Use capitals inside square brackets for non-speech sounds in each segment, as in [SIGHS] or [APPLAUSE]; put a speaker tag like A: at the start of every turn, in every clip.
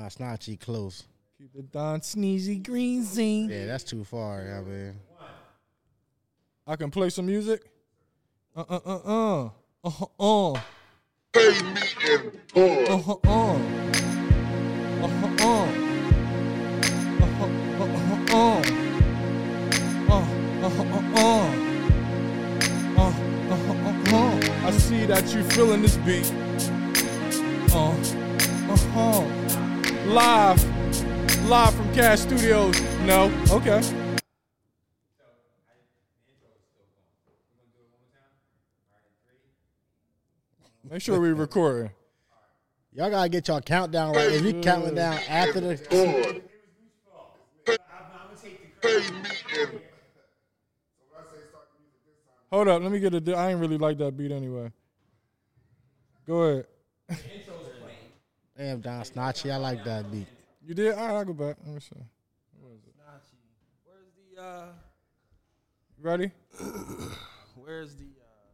A: That's not cheat close.
B: Keep it Don Sneezy Greasy.
A: Yeah, that's too far. Yeah, man.
B: I can play some music. Uh uh uh uh. Uh uh uh.
C: Pay me in
B: Uh
C: bull.
B: huh uh. Uh huh uh. Uh huh uh. Uh huh uh. Uh huh uh. I see that you feeling this beat. Uh uh huh. Live, live from Cash Studios. No, okay. Make sure we recording.
A: Y'all gotta get y'all countdown right. If you counting down after the
C: Bull. Pay me in
B: Hold up, let me get a. di- I ain't really like that beat anyway. Go ahead.
A: damn Don Snatchy, I like that beat.
B: You did? All right, I'll go back. Let me see.
D: Where's the uh
B: Ready?
D: where's the uh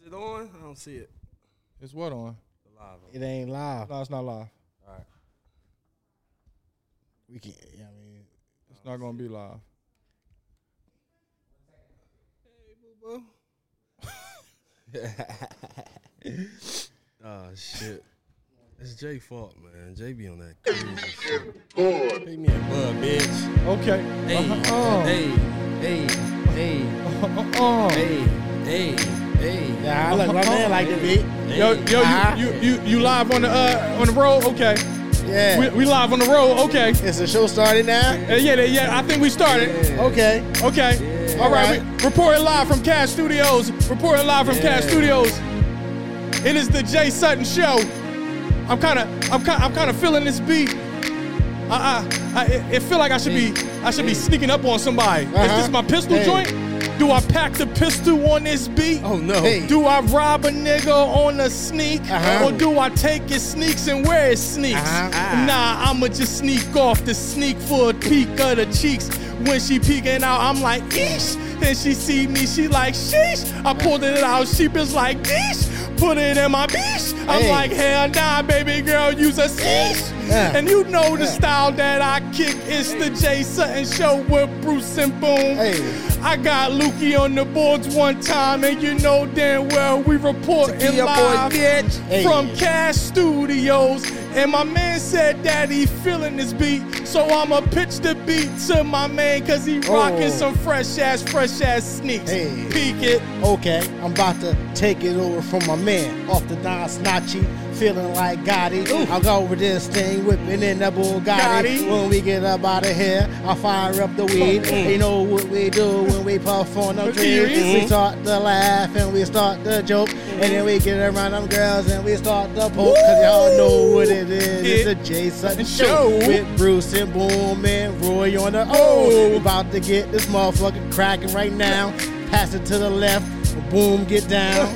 D: Is it on? I don't see it.
B: It's what on?
D: The live. one.
A: It ain't live.
B: No, it's not live.
A: We can. Yeah, I mean,
B: It's not gonna be live.
D: Boo-boo. oh shit. It's Jay fault, man. Jay be on that crazy shit.
C: bull.
D: Pick me a bud, bitch.
B: Okay.
D: Hey,
B: Uh-huh.
D: hey, hey, hey,
B: Uh-uh.
D: hey, hey, hey.
A: yeah, I look, my man like the beat.
B: Oh. Yo, yo,
A: Uh-huh.
B: you, you, you, you live on the uh on the road? Okay. We,
A: Yeah,
B: we live on the road. Okay.
A: it's the show started now.
B: Uh, yeah, they- yeah. I think we started.
A: Okay,
B: Okay. All right. We, reporting live from Cash Studios. Reporting live from Cash Studios. It is the Jay Sutton Show. I'm kind of, I'm kind, I'm kind of feeling this beat. I, I, I, it- it feel like I should be, I should be sneaking up on somebody. Is this
A: Uh-huh.
B: my pistol
A: Hey.
B: joint? Do I pack the pistol on this beat?
D: Oh no.
A: Hey.
B: Do I rob a nigga on a sneak?
A: Uh-huh.
B: Or do I take his sneaks and wear his sneaks?
A: Uh-huh.
B: Nah, I'ma just sneak off the sneak for a peek of the cheeks. When she peeking out, I'm like, eesh. Then she see me, she like, sheesh. I pulled it out, she was like, deesh. Put it in my beesh. I'm
A: Hey.
B: like, hell nah, baby girl, use a sheesh.
A: Yeah.
B: And you know the style that I kick. It's the Jay Sutton Show with Bruce and Boom.
A: Hey.
B: I got Lukey on the boards one time, and you know damn well we reporting
D: Your
B: live
D: boy, bitch.
A: Hey.
B: from Cash Studios. And my man said that he feeling this beat, so I'ma pitch the beat to my man, cause he rocking
A: Oh.
B: some fresh ass, fresh ass sneaks.
A: Hey.
B: Peek it.
A: okay. I'm about to take it over from my man off the Don Snatchy, feeling like Gotti. I'll go over this thing, whipping in the Bugatti.
B: Gotti.
A: When we get up out of here, I'll fire up the weed. You know what we do when we puff on them
B: Look at
A: trees.
B: you,
A: We start to laugh and we start to joke, and then we get around them girls and we start to poke. Cause y'all know what it is. It's the
B: It-
A: Jay Sutton
B: Show.
A: show. with Bruce and Boom and Roy on the
B: Oh.
A: O. About to get this motherfucker cracking right now. Pass it to the left. Boom, get down.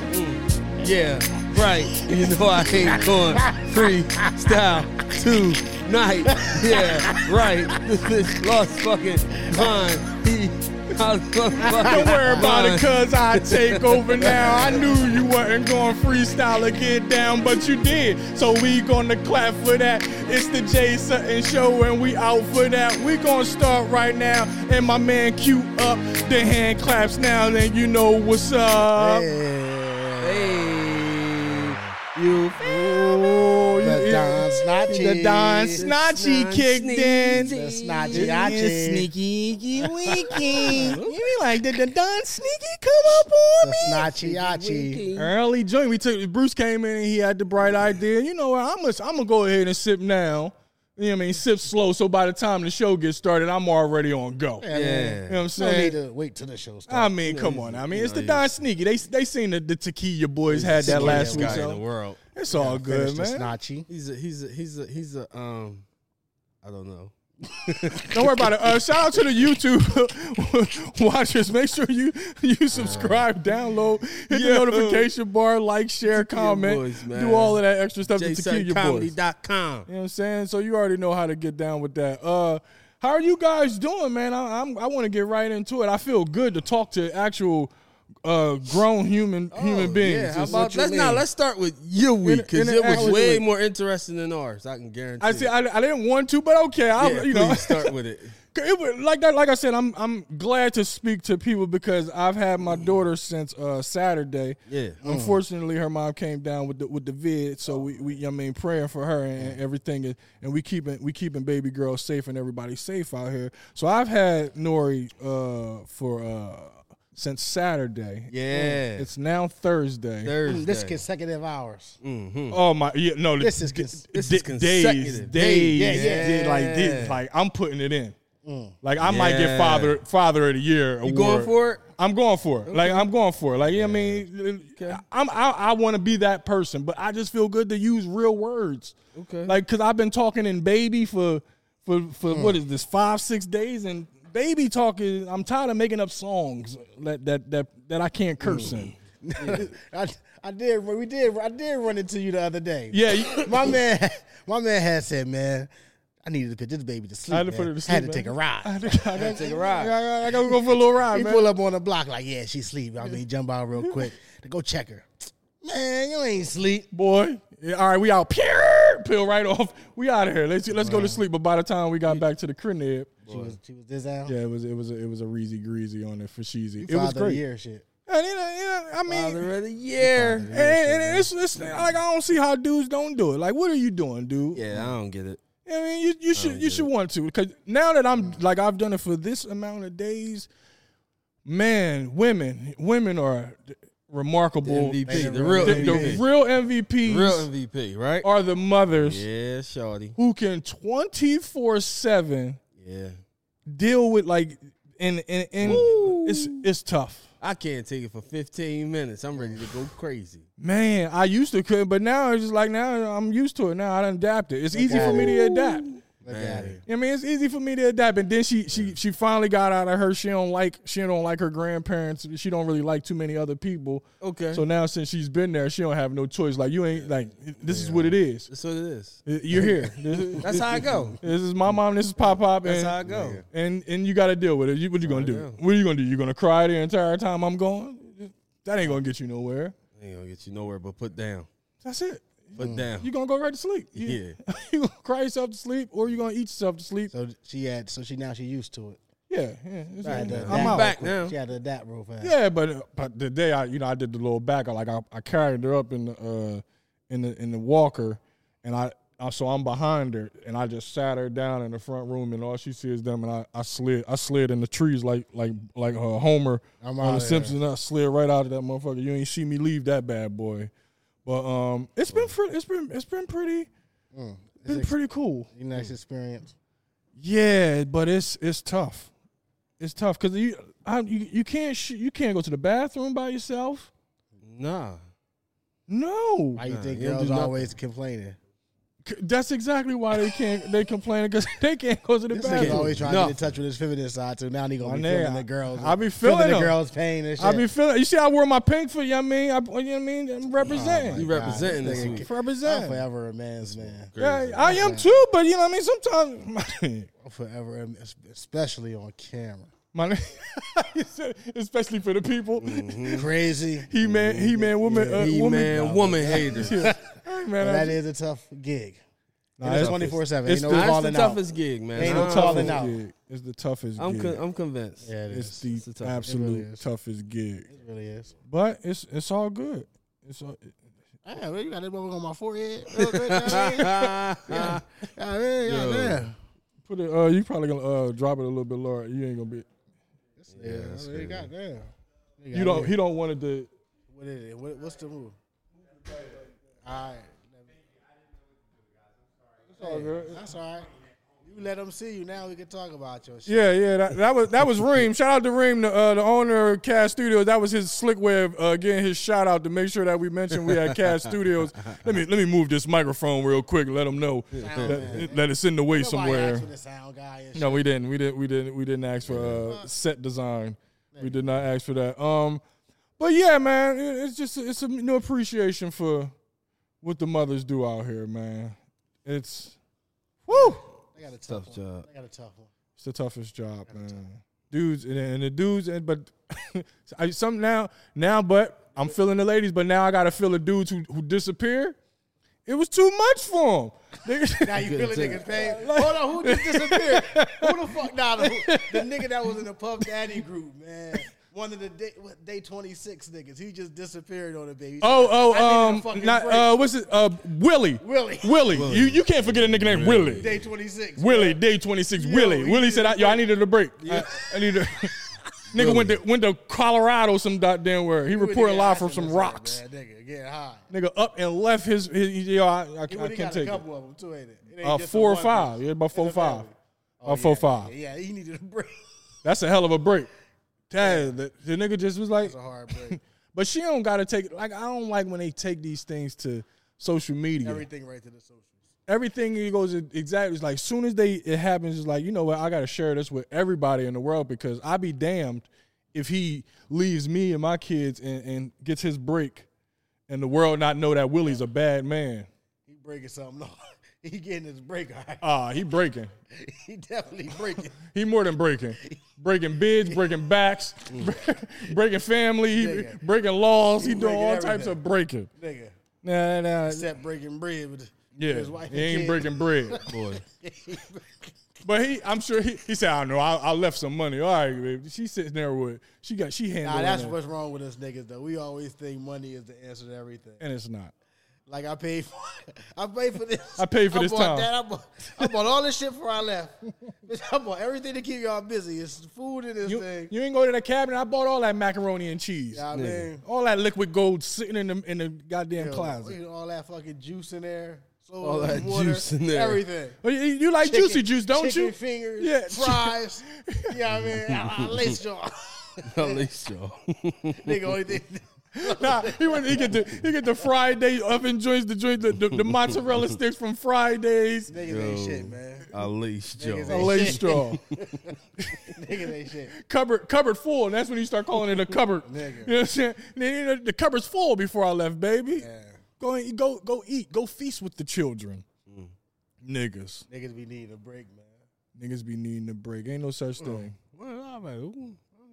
D: Yeah, right. You know I ain't going freestyle tonight. Yeah, right. [LAUGHS] This is lost fucking mind. [LAUGHS] He, I lost fucking
B: Don't worry about it,
D: mind.
B: cuz I take over now. I knew you weren't going freestyle or get down, but you did. So we gonna clap for that. It's the Jay Sutton show, and we out for that. We gonna start right now, and my man cue up the hand claps now, then you know what's up.
A: Yeah.
D: Hey, you
B: Ooh, you-
A: The Don Snatchy.
B: the Don Snatchy kicked in.
A: The Snatchy. Atchy.
D: sneaky winky.
B: You be like, did the Don Sneaky come up on
A: The
B: me?
A: Snatchy Achi.
B: Early joint. We took Bruce came in and he had the bright idea. You know what? I'm gonna I'm gonna go ahead and sip now. You know what I mean? Sip slow. So by the time the show gets started, I'm already on go. You
A: Yeah.
B: know what I'm
A: Don't need
B: saying?
A: to wait till the show
B: I
A: starts.
B: mean, come on. I mean, it's the Don Sneaky. They they seen the, the Tequila boys had that last week.
D: guy in the
B: So
D: world.
B: it's all good,
A: Finish The
B: man.
A: Snatchy.
D: He's a he's a he's a he's a um. I don't know.
B: Don't worry about it. Uh, shout out to the YouTube [LAUGHS] watchers. Make sure you
D: Uh,
B: you subscribe, download, hit the
D: yeah.
B: notification bar, like, share, comment,
D: boys, man.
B: do all of that extra stuff. to Tequila boys.
D: JSuttonComedy.com.
B: You know what I'm saying? So you already know how to get down with that. Uh, how are you guys doing, man? I, I'm I want to get right into it. I feel good to talk to actual uh, grown human human beings.
D: Oh, Yeah, how
B: It's-
D: about let's now let's start with your week
B: In-
D: because
B: in-
D: it was
B: actually-
D: way more interesting than ours. I can guarantee.
B: I see. I, I didn't want to, but okay. I,
D: yeah,
B: you know,
D: please start with it.
B: It was, like that, like I said, I'm I'm glad to speak to people because I've had my daughter since uh, Saturday.
D: Mm.
B: [LAUGHS]
D: Yeah. Mm.
B: Unfortunately, her mom came down with the with the vid, so we, we I mean praying for her and,
D: Mm.
B: and everything, and- and we keeping we keeping baby girl safe and everybody safe out here. So I've had Nori uh, for uh, since Saturday.
D: Yeah.
B: It's now Thursday.
D: Thursday.
A: This consecutive hours.
B: Oh my! Yeah, no.
A: This is
B: d-
A: cons-
D: this
B: d-
D: is consecutive.
B: Days, days,
A: Yeah, yeah. Mm.
B: did- like did-
D: Yeah.
B: like I'm putting it in. Like I might
D: Yeah.
B: get father father of the year award.
D: you going for it?
B: I'm going for it. Like I'm going for it. Like you know what I mean, I'm I, I want to be that person, but I just feel good to use real words.
D: Okay.
B: Like because I've been talking in baby for for for what is this five six days and baby talking. I'm tired of making up songs that that that that I can't curse
D: Mm.
B: in. Mm.
A: [LAUGHS] I, I did. We did. I did run into you the other day.
B: Yeah. you-
A: my man, [LAUGHS] my man had said, man, I needed to put this baby to sleep.
B: I had to put
A: man.
B: her to
A: I had
B: sleep,
A: to
B: man.
A: take a ride.
B: [LAUGHS] I gotta
D: take a ride.
B: I gotta, I gotta go for a little ride,
A: He
B: man.
A: pull up on the block like, yeah, she sleep. I mean, jump out real
B: [LAUGHS]
A: quick to go check her. Man, you ain't sleep.
B: Boy, Yeah, all right, we out. Pew! Peel right off. We out of here. Let's let's go to sleep. But by the time we got back to the crib,
A: She was, she was this out.
B: yeah, it was it was a, it was a reezy greasy on it for sheezy. It
A: Father
B: was
A: of the
B: great.
A: year shit.
B: And you know, you know, I mean,
D: Father of the year.
B: and, and it's, it's like I don't see how dudes don't do it. Like, what are you doing, dude?
D: Yeah, I don't get it.
B: I mean, you, you should you should want to because now that I'm like I've done it for this amount of days, man, women women are remarkable.
D: MVP, the
A: the real
D: real
B: The, the
D: MVP,
B: real MVPs
D: real MVP, right?
B: are the mothers
D: Yeah, shawty.
B: who can 24 7
D: Yeah,
B: deal with like and and, and it's it's tough
D: I can't take it for 15 minutes. I'm ready to go crazy.
B: man i used to could but now it's just like now i'm used to it now i done adapted it's easy for me to adapt
A: Look at it.
B: I mean, it's easy for me to adapt. And then she she she finally got out of her. She don't like she don't like her grandparents. She don't really like too many other people.
D: Okay.
B: So now since she's been there, she don't have no choice. Like you ain't like this is what it is.
D: That's what it is.
B: You're
D: [LAUGHS]
B: here. This,
D: That's how I [LAUGHS] go.
B: this is my mom. This is pop pop.
D: That's
B: and-
D: how I go.
B: and and you got to deal with it. You, what you gonna do?
D: down.
B: What are you gonna do? You gonna cry the entire time I'm gone? That ain't gonna get you nowhere.
D: Ain't gonna get you nowhere but put down.
B: That's it.
D: Put down.
B: Mm. You gonna go right to sleep. You,
D: Yeah.
B: [LAUGHS] you gonna cry yourself to sleep, or you gonna eat yourself to sleep.
A: So she had. So she now she used to it.
B: yeah, yeah. It's-
A: She had to
B: I'm
A: adapt
B: out.
A: real
D: back
A: quick.
D: now.
A: She had to adapt real fast.
B: Yeah, but uh, but the day I you know I did the little back, I like I, I carried her up in the uh, in the in the walker, and I. I, so I'm behind her, and I just sat her down in the front room, and all she sees them, and I, I slid, I slid in the trees like like like uh, Homer
A: I'm outta
B: on the
A: here.
B: Simpsons. I slid right out of that motherfucker. You ain't see me leave that bad boy, but um, it's been
A: Mm.
B: fr- it's been it's been pretty, been pretty cool.
A: You nice experience.
B: Yeah, but it's it's tough. It's tough because you, I, you you can't sh- you can't go to the bathroom by yourself.
D: Nah.
B: No,
A: Why you think
D: you don't
A: girls
D: do nothing.
A: always complaining?
B: C- that's exactly why they can't. They complaining because [LAUGHS] they can't go to the
A: This nigga's
B: bathroom.
A: always trying
D: No.
A: to get in touch with his feminine side, so now he gonna
B: My
A: be
B: nigga,
A: feeling the girls.
B: I be feeling
A: feeling the
B: them.
A: girls' pain and shit.
B: I be feeling. You see, I wore my pink for you. Know what I mean, I, you know what I mean, I'm
D: You
B: representing.
D: representing
A: this
D: this
A: nigga
D: week.
A: I'm
B: represent.
A: forever a man's man.
B: Yeah, I am too. But you know what I mean. Sometimes [LAUGHS]
A: I'm forever, a- especially on camera.
B: my, my you said, [LAUGHS] especially for the people,
A: Mm.
D: Mm-hmm.
A: Crazy.
B: he man, he man, woman, uh,
D: He
B: woman,
D: man,
A: [LAUGHS]
D: woman hater.
B: Yeah. Hey, man,
A: But
B: I
A: that
B: just-
A: is a tough gig.
B: nah,
A: it's
B: it's-
A: 24 7. Ain't
B: it's
A: no
B: the-
D: That's the
A: falling out.
D: toughest gig, man.
A: Ain't
D: I'm
A: no calling out.
B: gig. It's the toughest
D: I'm
B: gig.
D: con- I'm convinced.
A: Yeah, it
D: [LAUGHS]
B: it's
A: is.
B: the
D: It's the tough- it
B: absolute
A: really is.
B: toughest gig.
A: It really is.
B: But it's it's all good. It's all,
A: Hey, well, Ah, you got that bubble on my forehead. [LAUGHS] real quick, you know what I
D: [LAUGHS]
A: mean? Yeah, I mean,
D: Yo.
A: goddamn.
B: put it. Uh, you probably gonna uh, drop it a little bit lower. You ain't gonna be.
A: Yeah, I
D: that's
A: mean,
D: crazy.
A: goddamn.
B: You don't. He don't want it to.
A: What is it? What, what's the move? All right. That's all
B: good.
A: That's all right. You let them see you. Now we can talk about your shit.
B: Yeah, yeah. That, that was that was Reem. Shout out to Reem, the, uh, the owner of Cash Studios. That was his slick way of uh, getting his shout out to make sure that we mentioned we
D: [LAUGHS]
B: had Cash Studios. Let me let me move this microphone real quick. and Let them know that, that it's in the way
A: Nobody
B: somewhere.
A: asked for the sound guy and shit.
B: No, we didn't. We didn't. We didn't. We didn't ask for uh, set design. We did not ask for that. Um, but yeah, man, it- it's just it's a new appreciation for what the mothers do out here, man. It's woo.
A: They got a tough,
D: Tough
A: one.
D: job.
A: They got a tough one.
B: It's the toughest job, man. dudes and, and the dudes and but [LAUGHS] I, some now now but I'm feeling the ladies, but now I gotta feel the dudes who who disappear. It was too much for them. [LAUGHS]
A: Now you feeling
D: too.
A: niggas pain. Hold on, who just disappeared? who the fuck? Nah, the, the nigga that was in the Puff Daddy group, man. One of the day, what, day twenty six niggas. He just disappeared on a baby.
B: Oh,
A: I
B: oh,
A: needed a
B: um,
A: fucking
B: not,
A: break.
B: uh, what's it? Uh, Willie.
A: Willie.
B: Willie. You, you can't forget a nigga named Willie.
A: day twenty six.
B: Willie, day 26,
A: Yo,
B: Willie.
A: he
B: Willie
A: needed
B: said,
A: a
B: I, yo, I
A: break.
B: needed a break. I, I need a. [LAUGHS] Nigga went to went to Colorado some goddamn where he reported live from some rocks.
A: Man, nigga, get high.
B: Nigga up and left his, his, yo I, I, I
A: He would've
B: can't
A: got a
B: take it.
A: couple of them too, ain't it? it ain't
B: Uh,
A: just
B: four or
A: the one
B: five,
A: person.
B: yeah, about four or
A: It's a
B: five.
A: family. Oh,
B: Uh, four or five.
A: Yeah, he needed a [LAUGHS] break.
B: That's a hell of a break. Damn, the, the nigga just was like,
A: It's a hard
B: [LAUGHS]
A: break.
B: but she don't gotta take like I don't like when they take these things to social media.
A: Everything right to the socials.
B: everything he goes exactly it's like soon as they it happens it's like you know what i gotta share this with everybody in the world because i be damned if he leaves me and my kids and, and gets his break and the world not know that willie's a bad man
A: He breaking something. off. [LAUGHS] he getting his break. All right. [LAUGHS]
B: ah he breaking
A: he definitely breaking.
B: he more than breaking breaking bids breaking backs [LAUGHS] breaking family he
A: Nigga.
B: breaking laws he,
A: Mm.
B: doing
A: breaking
B: all types of breaking
A: Nigga.
B: nah nah
A: Except breaking bread with
B: yeah
A: his wife.
B: he
A: and
B: ain't
A: kid. [LAUGHS]
B: breaking bread
D: Boy.
B: But he, I'm sure he, he said, I know, I, I left some money. All right, baby. She sitting there with, she got, she handling
A: Nah, that's
B: that.
A: what's wrong with us niggas though. We always think money is the answer to everything.
B: and it's not.
A: Like I paid for, [LAUGHS] I paid for this.
B: I paid for this
A: bought
B: time.
A: That. I, bought, I bought all this shit before I left. [LAUGHS] Bitch, I bought everything to keep y'all busy. It's food in this
B: You,
A: thing.
B: you ain't go to that cabinet. I bought all that macaroni and cheese.
A: Yeah, I mean-
B: all that liquid gold sitting in the in the goddamn
A: Yo,
B: closet.
A: you know, All that fucking juice in there. Soda,
D: All that
A: water,
D: juice in there.
A: Everything.
B: Oh, You, you like
A: Chicken-
B: juicy juice, don't
A: chicken
B: you?
A: Fingers,
B: Yeah.
A: fries. you know what I mean? I, I laced y'all. [LAUGHS]
D: [LAUGHS] At least y'all.
A: Nigga, only thing.
B: [LAUGHS] [LAUGHS] Nah, he went. He get the he get the Friday oven joints, the joint, the, the, the mozzarella sticks from Fridays.
A: Niggas
D: Yo.
A: ain't shit, man.
D: At least
A: Niggas
B: A
D: y'all.
A: ain't-
B: lace straw
A: Niggas ain't shit. [LAUGHS]
B: cupboard cupboard full, and that's when you start calling it a cupboard.
A: Nigga.
B: You know what I'm saying? Then, you know, the cupboard's full before I left, baby.
A: Yeah.
B: Go and go go eat. Go feast with the children.
A: Mm.
B: Niggas.
A: Niggas be needing a break, man.
B: Niggas be needing a break. Ain't no such thing.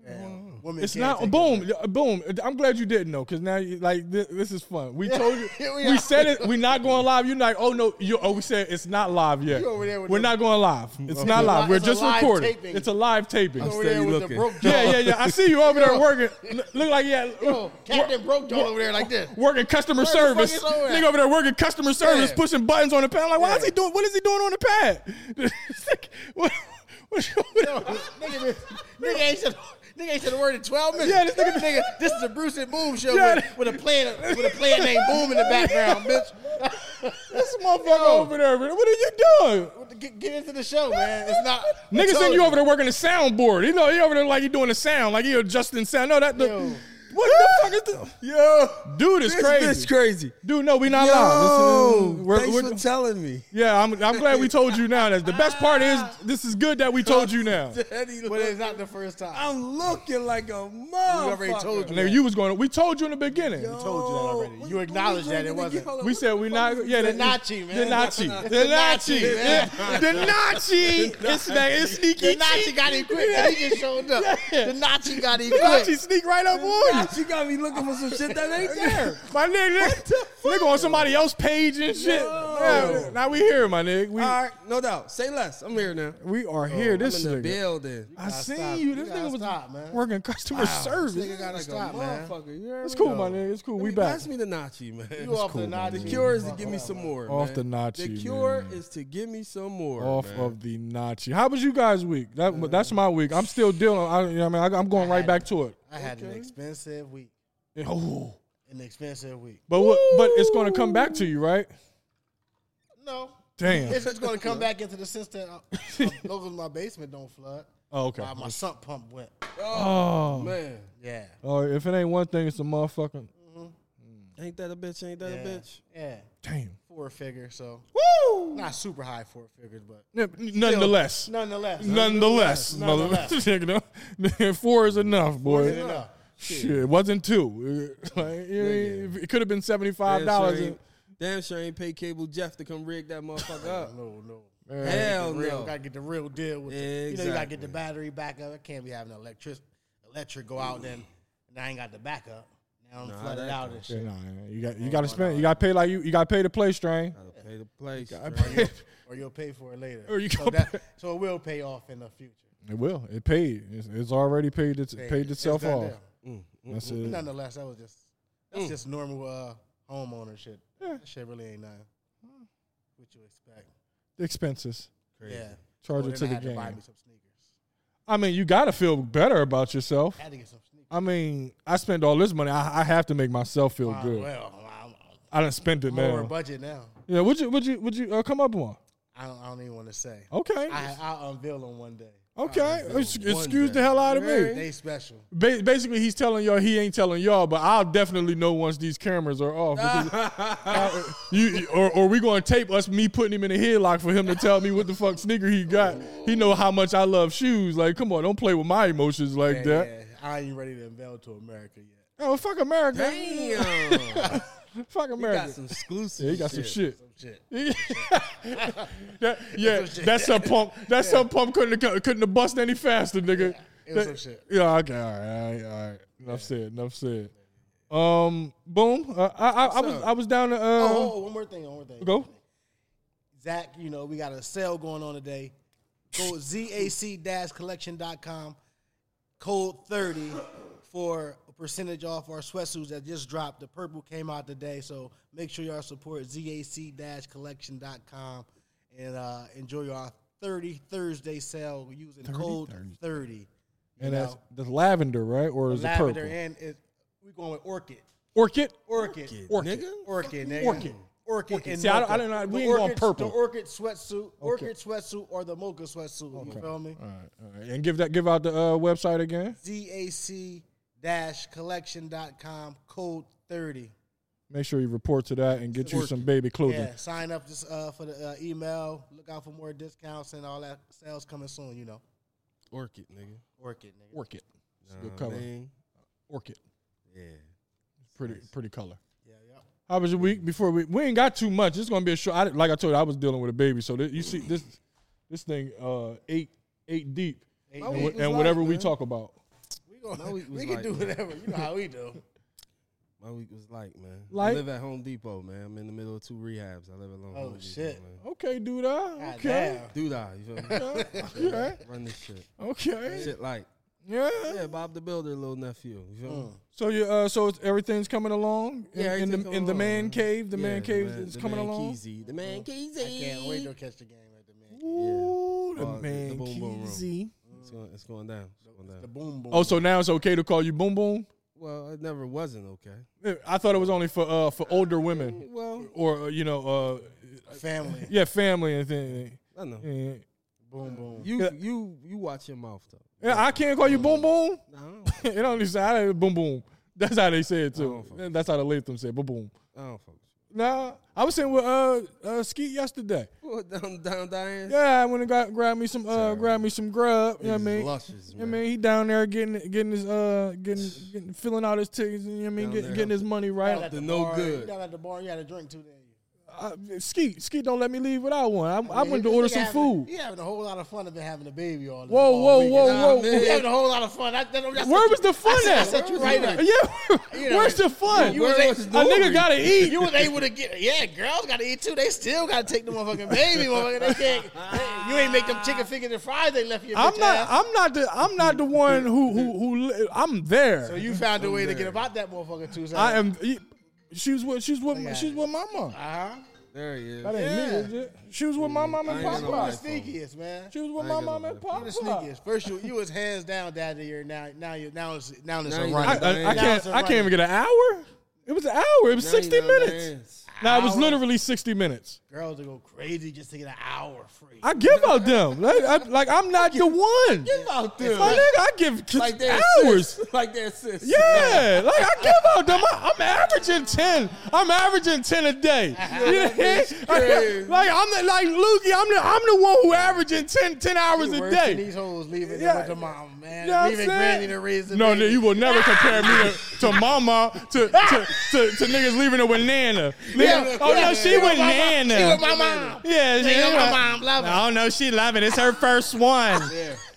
A: Damn. Women
B: It's
A: Mm. can't
B: not
A: take
B: boom, yeah, boom. I'm glad you didn't know, cause now you, like this, this is fun. We told you,
A: [LAUGHS] Here we
B: we
A: are.
B: said it. We're not
A: [LAUGHS]
B: going live. You're like, oh no, you. Oh, we said it's not live yet.
A: You over there with
B: We're
A: the- Mm-hmm.
B: not going live. It's not live. We're
A: It's a
B: just
A: live
B: recording.
A: taping.
B: It's a live taping.
A: Over
D: Steady
A: there with the
D: looking.
A: broke jaw.
B: Yeah, yeah, yeah. I see you over there working. Look look like yeah,
A: Yo, Captain broke jaw over there like this.
B: working customer
A: the fuck
B: service.
A: is over at?
B: Nigga over there working customer service,
A: Yeah.
B: pushing buttons on the pad. I'm like, why is
A: Yeah.
B: he doing? What is he doing on the pad? [LAUGHS] It's like, what, what's wrong with-
A: Yo, nigga, been- nigga ain't said nigga ain't said a word in twelve minutes.
B: Yeah, this nigga-
A: nigga this is a Bruce and Boom show
B: Yeah.
A: with, with a player with a player named Boom in the
B: [LAUGHS]
A: background, bitch.
B: this motherfucker over there? man, What are you doing?
A: Get, get into the show, man. It's not I
B: Nigga
A: told
B: send you over there working the soundboard. You know, he over there like he doing the sound, like he adjusting sound. No, that the,
A: Yo.
B: what the fuck is the
D: Yo.
B: dude is
D: This
B: crazy.
D: bitch crazy.
B: Dude, no, we not live. This
D: Yo.
B: is- we're-
D: thanks
B: we're-
D: for
A: [LAUGHS]
D: telling me.
B: yeah, I'm, I'm glad we told you now. That the best part is this is good that we told
A: [LAUGHS]
B: you now.
A: But it's not the first time.
D: I'm looking like a motherfucker.
A: already told you.
B: Nigga, you was going. to We told you in the beginning.
A: I told you that already.
D: Oh,
A: you acknowledged that it wasn't.
B: [LAUGHS] We said we not. Yeah,
A: The
B: that-
A: Nazi, man.
B: The Nazi. The
A: The
B: Nazi.
A: Nazi, man.
B: yeah.
A: [LAUGHS]
B: The Nazi. It's that. It's sneaky.
A: The Nazi got him quick. He just showed up.
B: Yeah.
A: The Nazi got him
B: The Nazi
A: quick.
B: sneak right up on you.
D: She got me looking for some shit
A: [LAUGHS]
D: that ain't there.
B: My nigga, nigga on somebody else's page and shit.
D: Yo.
B: Yeah, now we here, my nigga. We,
D: All right, no doubt. Say less. I'm here now.
B: we
A: Oh,
B: are here. this
D: I'm in the
B: nigga.
D: building.
B: I seen
A: stop.
B: you.
A: You
B: This
A: gotta
B: nigga was
A: stop, man.
B: working customer service.
A: Nigga gotta
D: Like
A: stop,
D: a
A: man.
D: motherfucker. You already
B: It's cool,
D: know.
B: my nigga. It's cool.
D: Let
B: We
D: me-
B: back.
D: Pass me the nachi, man.
A: You off the
B: man.
A: Nazi.
D: The cure is to give me some more.
B: Off
D: man.
B: the nachi,
D: The cure
B: man.
D: is to give me some more.
B: Off
D: man.
B: of the Nazi. How was you guys' week? That, that's my week. I'm still dealing. I, you know what I mean, I, am going right back to it.
A: Uh, I had an expensive week.
B: Oh.
A: An expensive week.
B: But what? But it's gonna come back to you, right?
A: No.
B: Damn.
A: It's just going [LAUGHS] to come back into the sense that I, [LAUGHS] I, local my basement don't flood. Uh,
B: Oh, okay.
A: My, my sump pump went.
B: Oh.
D: Man,
A: Yeah.
B: Oh, if it ain't one thing, it's a motherfucking
D: ain't that a bitch? Ain't that
A: yeah.
D: a bitch?
A: Yeah.
B: damn.
A: Four figure, so
B: Woo!
A: not super high four figures, but
B: Nonetheless.
A: nonetheless.
B: Nonetheless,
A: Nonetheless.
B: mother. [LAUGHS] Nigga, [LAUGHS] Four is enough, boy.
A: Good enough.
B: [LAUGHS] Shit, it wasn't two. Like, you know, It could have been seventy five
D: Damn, sure
B: dollars.
D: ain't- Damn sure ain't pay Cable Jeff to come rig that motherfucker up.
B: [LAUGHS]
A: No, no.
B: Man.
D: Hell
A: The real-
D: no.
A: Gotta get the real deal with it. You know, you gotta
D: Exactly.
A: get the battery back up. I can't be having electric electric go out then and I ain't got the backup. Now I'm flooded
D: that
A: out and
B: Yeah,
A: shit.
B: nah, you got you got to spend. You got to pay like you. You got to pay to play,
A: [LAUGHS]
B: strain.
D: Gotta pay the place.
B: it
A: Or you'll pay for it later.
B: Or you
A: so,
B: gonna pay-
A: so it will pay off in the future.
B: will. It paid. It's, it's already paid. It's paid
A: It's
B: itself
A: done
B: off.
A: deal.
D: Mm,
B: That's
A: But
B: it.
A: Nonetheless, that was just that's just normal uh, homeowner shit. That shit really ain't nothing. What you expect?
B: Expenses.
A: Yeah.
B: Charge
A: Well,
B: it
A: Oh, then
B: to
A: I
B: the
A: had To buy
B: game.
A: me some sneakers.
B: I mean, you got to feel better about yourself.
A: I had to get some sneakers.
B: I mean, I spent all this money. I, I have to make myself feel
A: Uh,
B: good.
A: well, I'm,
B: I done spent it
A: I'm over
B: now.
A: budget now.
B: Yeah, would you would you would you uh, come up one?
A: I don't, I don't even want to say.
B: Okay,
A: I, I'll unveil them one day.
B: okay. Ex-
D: one
B: Excuse
D: day.
B: the hell out of
D: Very-
B: me.
A: They special.
B: Ba- basically, he's telling y'all he ain't telling y'all, but I'll definitely know once these cameras are
A: [LAUGHS]
B: off. because I- you or or we gonna tape us me putting him in a headlock for him to tell me what the fuck sneaker he got. He know how much I love shoes. Like, come on, don't play with my emotions like
A: Yeah,
B: that.
A: yeah. I ain't ready to unveil to America yet.
B: Oh fuck America!
D: [LAUGHS] Damn.
B: Fuck America!
D: got some exclusive.
B: yeah, he got some shit.
A: Shit.
B: That- yeah, that's some pump. That some pump couldn't have, couldn't have bust any faster, nigga.
A: it was
B: That-
A: some shit.
B: Yeah, okay, all right, all right, all right. Enough said. Enough said. Um, boom. Uh, I, I, I was I was down to uh,
A: Oh, oh, one more thing. One more thing.
B: go.
A: Zach, you know, we got a sale going on today. Go to zac-collection.com, code 30 for a percentage off our sweatsuits that just dropped. The purple came out today, so make sure y'all support zac-collection.com and uh, enjoy your 30 Thursday sale using code 30. you
B: And
A: know.
B: that's the lavender, right? Or is it
A: lavender
B: purple?
A: and it, we're going with orchid.
B: Orchid.
A: Orchid.
B: Orchid.
D: Nigga?
A: Orchid, nigga.
B: Orchid.
A: Orchid. and
B: See, I don't-
A: mocha.
B: I don't know. We
A: The
B: ain't going
A: orchid-
B: purple.
A: The orchid sweatsuit, orchid sweatsuit, or the mocha sweatsuit. You feel me?
B: All right, all right. And give that give out the uh, website again.
A: DAC-collection.com, code 30.
B: Make sure you report to that and get you some baby clothing.
A: Yeah, sign up just uh, for the uh, email. Look out for more discounts and all that. Sales coming soon, you know.
D: Orchid, nigga.
A: Orchid, nigga.
B: Orchid. It's a
D: Nah,
B: good color.
D: man.
B: Orchid.
D: Yeah.
B: Pretty pretty color.
A: Yeah, yeah.
B: How was your week before we we ain't got too much. It's gonna be a short. I, like I told you, I was dealing with a baby, so thi- you see this this thing uh eight eight deep,
A: Eight
B: and,
A: deep.
B: wha-
D: It was
B: and
D: light,
B: whatever we
D: man.
B: talk about,
A: We, gonna,
D: My
A: we,
D: week was
A: can
D: like-
A: do whatever. You know how we do.
D: My week was light, man.
B: Light?
D: I live at Home Depot, man. I'm in the middle of two rehabs. I live at Home
A: Oh,
D: Depot.
A: shit.
D: Man.
B: okay, dude. I
A: God
B: [LAUGHS] Okay,
A: damn.
D: Do that. You [LAUGHS] feel me?
B: [LAUGHS] yeah,
D: Run this shit.
B: okay,
D: Shit light.
B: yeah.
D: Yeah, Bob the Builder, little nephew. You feel me?
B: So you uh, so it's, everything's coming along in,
D: Yeah,
B: in
D: everything
B: the
D: coming
B: in the
D: along,
B: man
D: man.
B: cave. The
D: Yeah,
B: man cave is
D: the
B: coming
D: man
B: along. Mm.
D: Keezy. The man
A: I
D: Keezy.
A: can't wait to catch the game at the man.
B: Ooh, the
D: Oh, the
B: man
D: boom, boom room.
B: Keezy.
D: It's going, it's going down. It's going
A: The
D: down.
A: boom boom.
B: Oh, so now it's okay to call you Boom Boom.
D: Well, it never wasn't okay.
B: I thought it was only for uh for older women.
D: Well,
B: Or uh, you know, uh,
A: family.
B: [LAUGHS] yeah, family and thing.
D: I know.
B: Yeah.
A: Boom boom.
D: You
B: Yeah.
D: you you watch your mouth though.
B: Yeah, I can't call you boom boom. [LAUGHS]
D: Nah, I don't,
B: it only sounded boom boom. That's how they say it too.
D: don't fuck
B: That's how the Latham said boom boom.
D: I don't fuck with
B: Nah, I was sitting with uh, uh Skeet yesterday.
D: you. What, [LAUGHS] down down Diane?
B: Yeah, I went and got grabbed me some uh grabbed me some grub. You know what I
D: Niggas
B: mean?
D: Luscious,
B: You know
D: man.
B: what I mean, he down there getting getting his uh
D: [SIGHS]
B: getting, getting filling out his tickets. You know what I mean?
D: Down
B: Get,
D: there.
B: getting his money
A: Down at
B: right.
D: the no
A: bar,
D: good.
A: You down at the bar, you had a drink too, didn't you?
B: I, Skeet Skeet don't let me leave without one. I, I
A: Yeah,
B: went to
A: this
B: order
A: nigga
B: some
A: having-
B: food.
A: He having a whole lot of fun of been having a baby all this-
B: Whoa
A: all
B: whoa
A: weekend.
B: whoa
D: Nah,
B: whoa!
D: man.
A: He having a whole lot of fun. I, that, that's
B: Where was the fun
A: I set- I
B: at?
A: set you right
B: [LAUGHS]
A: up.
B: Yeah,
A: You know,
B: where's the fun?
A: you was
B: a
A: a-
B: nigga gotta
A: [LAUGHS]
B: eat.
A: You was able to get yeah. Girls got to eat too. They still got to take the motherfucking baby. Motherfucker. They can't. they- you ain't make them chicken fingers and fries. They left your
B: I'm
A: bitch
B: not.
A: ass.
B: I'm not the. I'm not the one who who who. li- I'm there.
A: so you found a way to get about that motherfucker too.
B: I am. She's with. She's with. She's with my mom.
A: Uh huh.
D: There he is.
B: That ain't me, is it? She was with my mom and
D: I ain't
A: You
D: gonna
B: papa.
A: the
D: lie.
A: sneakiest man.
B: She was
D: I
B: with
D: ain't
B: my
D: gonna
B: mom
D: lie.
B: and
A: You
B: papa.
A: the sneakiest. First you you was hands down dad of the year. Now now you now it's now it's
D: Now
A: a
D: you
B: I,
A: run.
D: got-
B: I, I
A: Now
B: can't.
A: it's a
B: I can't
A: running.
B: even get an hour. It was an hour. It was
D: Now
B: sixty
D: you know
B: minutes.
D: Diane's.
B: Now it was
A: Hour.
B: literally sixty minutes.
A: Girls will go crazy just to get an hour free.
B: I give out them. Like, I, like I'm not the one.
D: Give out
B: My
D: them.
B: nigga, I give
D: Like their
B: hours.
D: sis. Like their sis.
B: Yeah, like I give out them. I, I'm averaging ten. I'm averaging ten a day.
E: [LAUGHS]
B: You know what I mean?
D: crazy.
B: [LAUGHS] like I'm the, like Lukey. I'm the I'm the one who averaging 10, 10
A: Worse
B: hours a
A: than
B: day.
A: These hoes leaving
B: Yeah.
A: yeah. with the mom, man.
B: You know what I'm
A: leaving
B: saying?
A: granny to raise the
B: No,
A: baby.
E: [LAUGHS]
B: nigga, you will never compare me to, to mama to to, to to niggas leaving it with Nana. Leaving no. Oh, no, she with Nana.
E: She with my mom.
B: Yeah, she,
E: Yeah, my mom love her.
B: I don't know. She love it. It's her first one.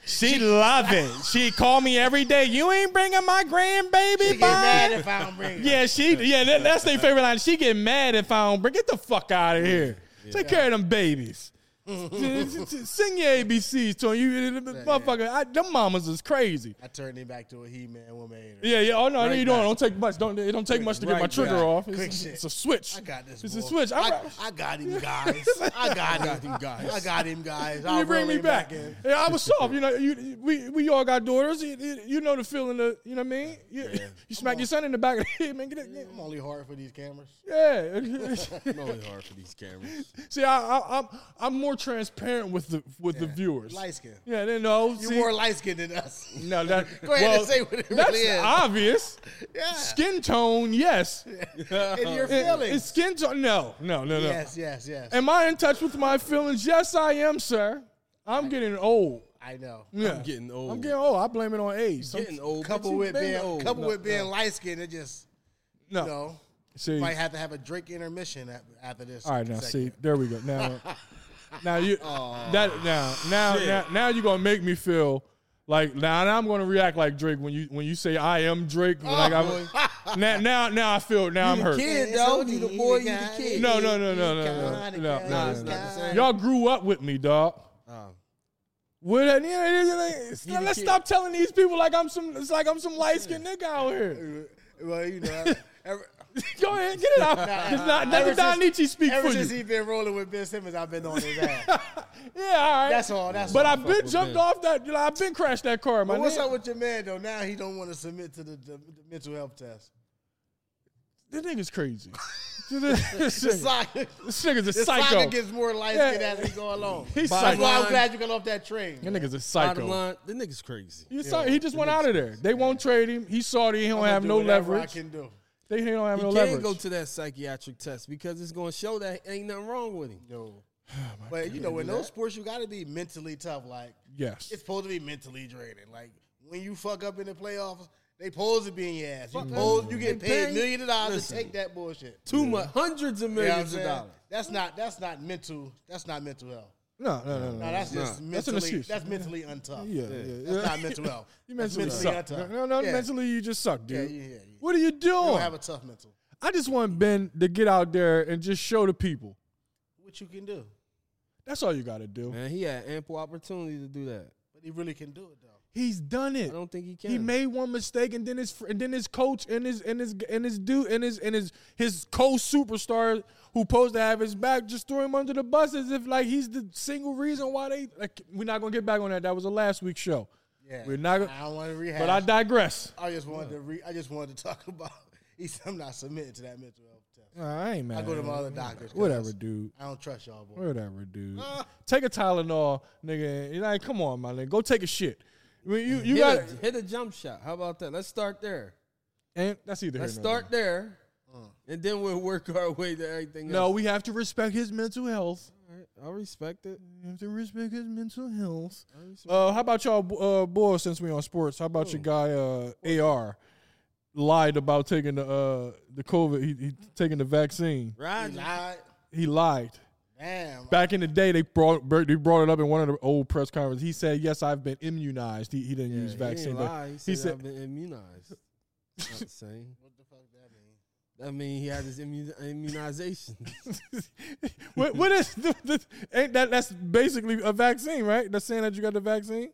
B: She love it. She call me every day. You ain't bringing my grandbaby
E: She get mad
B: by. [LAUGHS]
E: if I don't bring her.
B: Yeah, she. Yeah, that, that's their favorite line. She get mad if I don't bring. Get the fuck out of here. Take care of them babies. [LAUGHS] Sing your ABCs to 'em. You motherfucker. I, them mamas is crazy.
A: I turned him back to a He Man woman hater.
B: Yeah, yeah. Oh no, no, you
D: Right
B: don't.
D: back.
B: Don't take much. Don't. It don't take much to get my
D: right
B: trigger
D: back.
B: off.
A: Quick
B: It's,
A: shit.
B: it's a switch.
A: I got this.
B: It's a
A: boy.
B: switch. [LAUGHS] I,
A: I, I got him, guys. I got him, guys. I got him, guys. I'll
B: you bring
A: roll
B: me
A: him
B: back.
A: in.
B: Yeah,
A: [LAUGHS]
B: I was soft. You know, you, we we all got daughters. You, you- you know the feeling of you know what I mean. [LAUGHS] You, you smack your son in the back of the head, man. Get it, get-
A: I'm only hard for these cameras. [LAUGHS]
B: yeah. [LAUGHS]
D: It's only hard for these cameras.
B: See, I, I, I'm I'm more transparent with the with the viewers.
A: Light skin.
B: Yeah, they know.
A: You
B: see?
A: more light skinned than us. [LAUGHS]
B: no, that,
A: Go ahead and
B: well,
A: say what it
B: that's
A: really is. [LAUGHS]
B: obvious.
A: Yeah.
B: Skin tone, yes.
A: And your
B: It-
A: feelings.
B: it's skin tone, no, no, no, no.
A: yes, yes, yes.
B: Am I in touch with my feelings? Yes, I am, sir. I'm getting old.
A: I know.
B: Yeah.
D: I'm getting old.
B: I'm getting old. I blame it on age. Some-
D: Getting old.
A: Couple
D: bitch,
A: with
D: you been
A: being
D: old.
A: couple
D: No,
A: with being light skinned, it just
B: no.
A: you know
B: See.
A: might have to have a drink intermission at, after this.
B: All right, now see,
A: segment.
B: there we go.
A: [LAUGHS]
B: Now, now you that now now now, now you're gonna make me feel like now, now I'm gonna react like Drake when you when you say I am Drake. When I
A: Oh.
B: got, now now now I feel now I'm hurt.
D: Kid,
A: It's
D: though.
A: only
D: You the
A: the
D: boy, you the
A: guy.
D: kid.
B: No no no no no no
A: Kinda
B: no.
A: guy.
B: no,
D: it's
B: no.
D: not the same.
B: Y'all grew up with me, dog. What? yeah, yeah, yeah, yeah. Let's
D: kid.
B: stop telling these people like I'm some. It's like I'm some light skinned nigga out here. [LAUGHS]
A: Well, you know, ever,
B: Go ahead, get it out. It's not. Let
A: ever
B: Don
A: since-
B: Nietzsche speak
A: ever
B: for
A: since
B: you.
A: he been rolling with Ben Simmons, I've been on his ass.
B: Yeah, all right.
A: That's all. That's
B: But
A: all.
B: I've been jumped
D: Ben.
B: off that. Like, I've been crashed that car. My
A: But what's
B: nigga.
A: up with your man though? Now he don't want to submit to the, the, the mental health
B: [LAUGHS]
A: test.
B: This
A: [LAUGHS]
B: nigga's crazy. this,
A: The
B: nigga,
A: saga,
B: this nigga's a
A: the
B: psycho.
A: saga gets more light
B: Yeah.
A: skinned as we go along.
B: He's
A: That's
B: psycho.
A: why I'm
D: line-
A: glad you got off that train.
B: That nigga's a
D: Bottom
B: psycho.
D: line, the nigga's crazy.
B: He's sorry. He just went out of there. They won't trade him. He saw that he don't
A: I'ma
B: have
A: do
B: no
A: whatever
B: leverage.
A: I can
B: [SIGHS]
A: do.
B: They he don't have
D: He
B: no
D: can't
B: leverage.
D: go to that psychiatric test because it's going to show that ain't nothing wrong with him.
A: Yo. but you know, in those sports, you got to be mentally tough. Like
B: yes.
A: it's supposed to be mentally draining. Like when you fuck up in the playoffs, they supposed to be in your ass. You, supposed, you get
D: They
A: paid
D: pay-
A: millions of dollars
D: Listen.
A: to take that bullshit.
D: Too much, hundreds of
A: You know what I'm
D: millions of
A: saying?
D: dollars.
A: That's not that's not mental. That's not mental health.
B: No, no, no, no.
A: No, that's just mentally.
B: That's
A: That's,
B: an excuse.
A: mentally untough.
B: yeah, yeah. yeah.
A: That's not mental health.
B: [LAUGHS] You
A: That's
B: mentally suck. No,
A: untough.
B: no, no,
A: Yeah.
B: mentally you just suck, dude.
A: yeah, yeah, yeah.
B: What are you
A: You
B: doing?
A: don't have a tough mental.
B: I just want Ben to get out there and just show the people.
A: What you can do,
B: That's all you got to do.
D: Man, he had ample opportunity to do that.
A: but he really can do it though.
B: He's done
D: I
B: it.
D: don't think he can.
B: He made one mistake, and then his fr- and then his coach and his and his and his dude and his and his his co superstar who supposed to have his back just threw him under the bus as if like he's the single reason why they like we're not gonna get back on that. That was the last week's show.
A: Yeah,
B: We're not.
A: I
B: Gonna,
A: don't want to rehash.
B: but I digress.
A: I just wanted to re- I just wanted to [LAUGHS] talk about. He said I'm not submitting to that mental health test.
B: Nah, I ain't mad.
A: I go to
B: at
A: my
B: him.
A: other doctors. 'cause
B: Whatever, dude.
A: I don't trust y'all, boy.
B: Whatever, dude. Ah. Take a Tylenol, nigga. and, Like, come on, my nigga. Go take a shit. I mean, you you
D: hit,
B: got.
D: a, hit a jump shot. How about that? Let's start there.
B: And that's either.
D: Let's
B: here nor
D: start there, and then we'll work our way to everything.
B: there. No,
D: else.
B: we have to respect his mental health.
D: I respect it.
B: You have to respect his mental health. Uh, how about y'all, bo- uh, boys? Since we on sports, how about your guy uh, AR lied about taking the uh, the COVID? He, he taking the vaccine.
A: He
D: Roger,
A: lied.
B: He lied.
A: Damn.
B: Back in the day, they brought br- they brought it up in one of the old press conferences. He said, "Yes, I've been immunized." He, he didn't use
D: he
B: vaccine,
D: didn't
B: but
D: lie. He, said, I've been immunized. Not the same.
A: What the fuck that mean?
D: That mean he had his immu- immunization.
B: [LAUGHS] what, "What is th- th- ain't that? That's basically a vaccine, right? That's saying that you got the vaccine.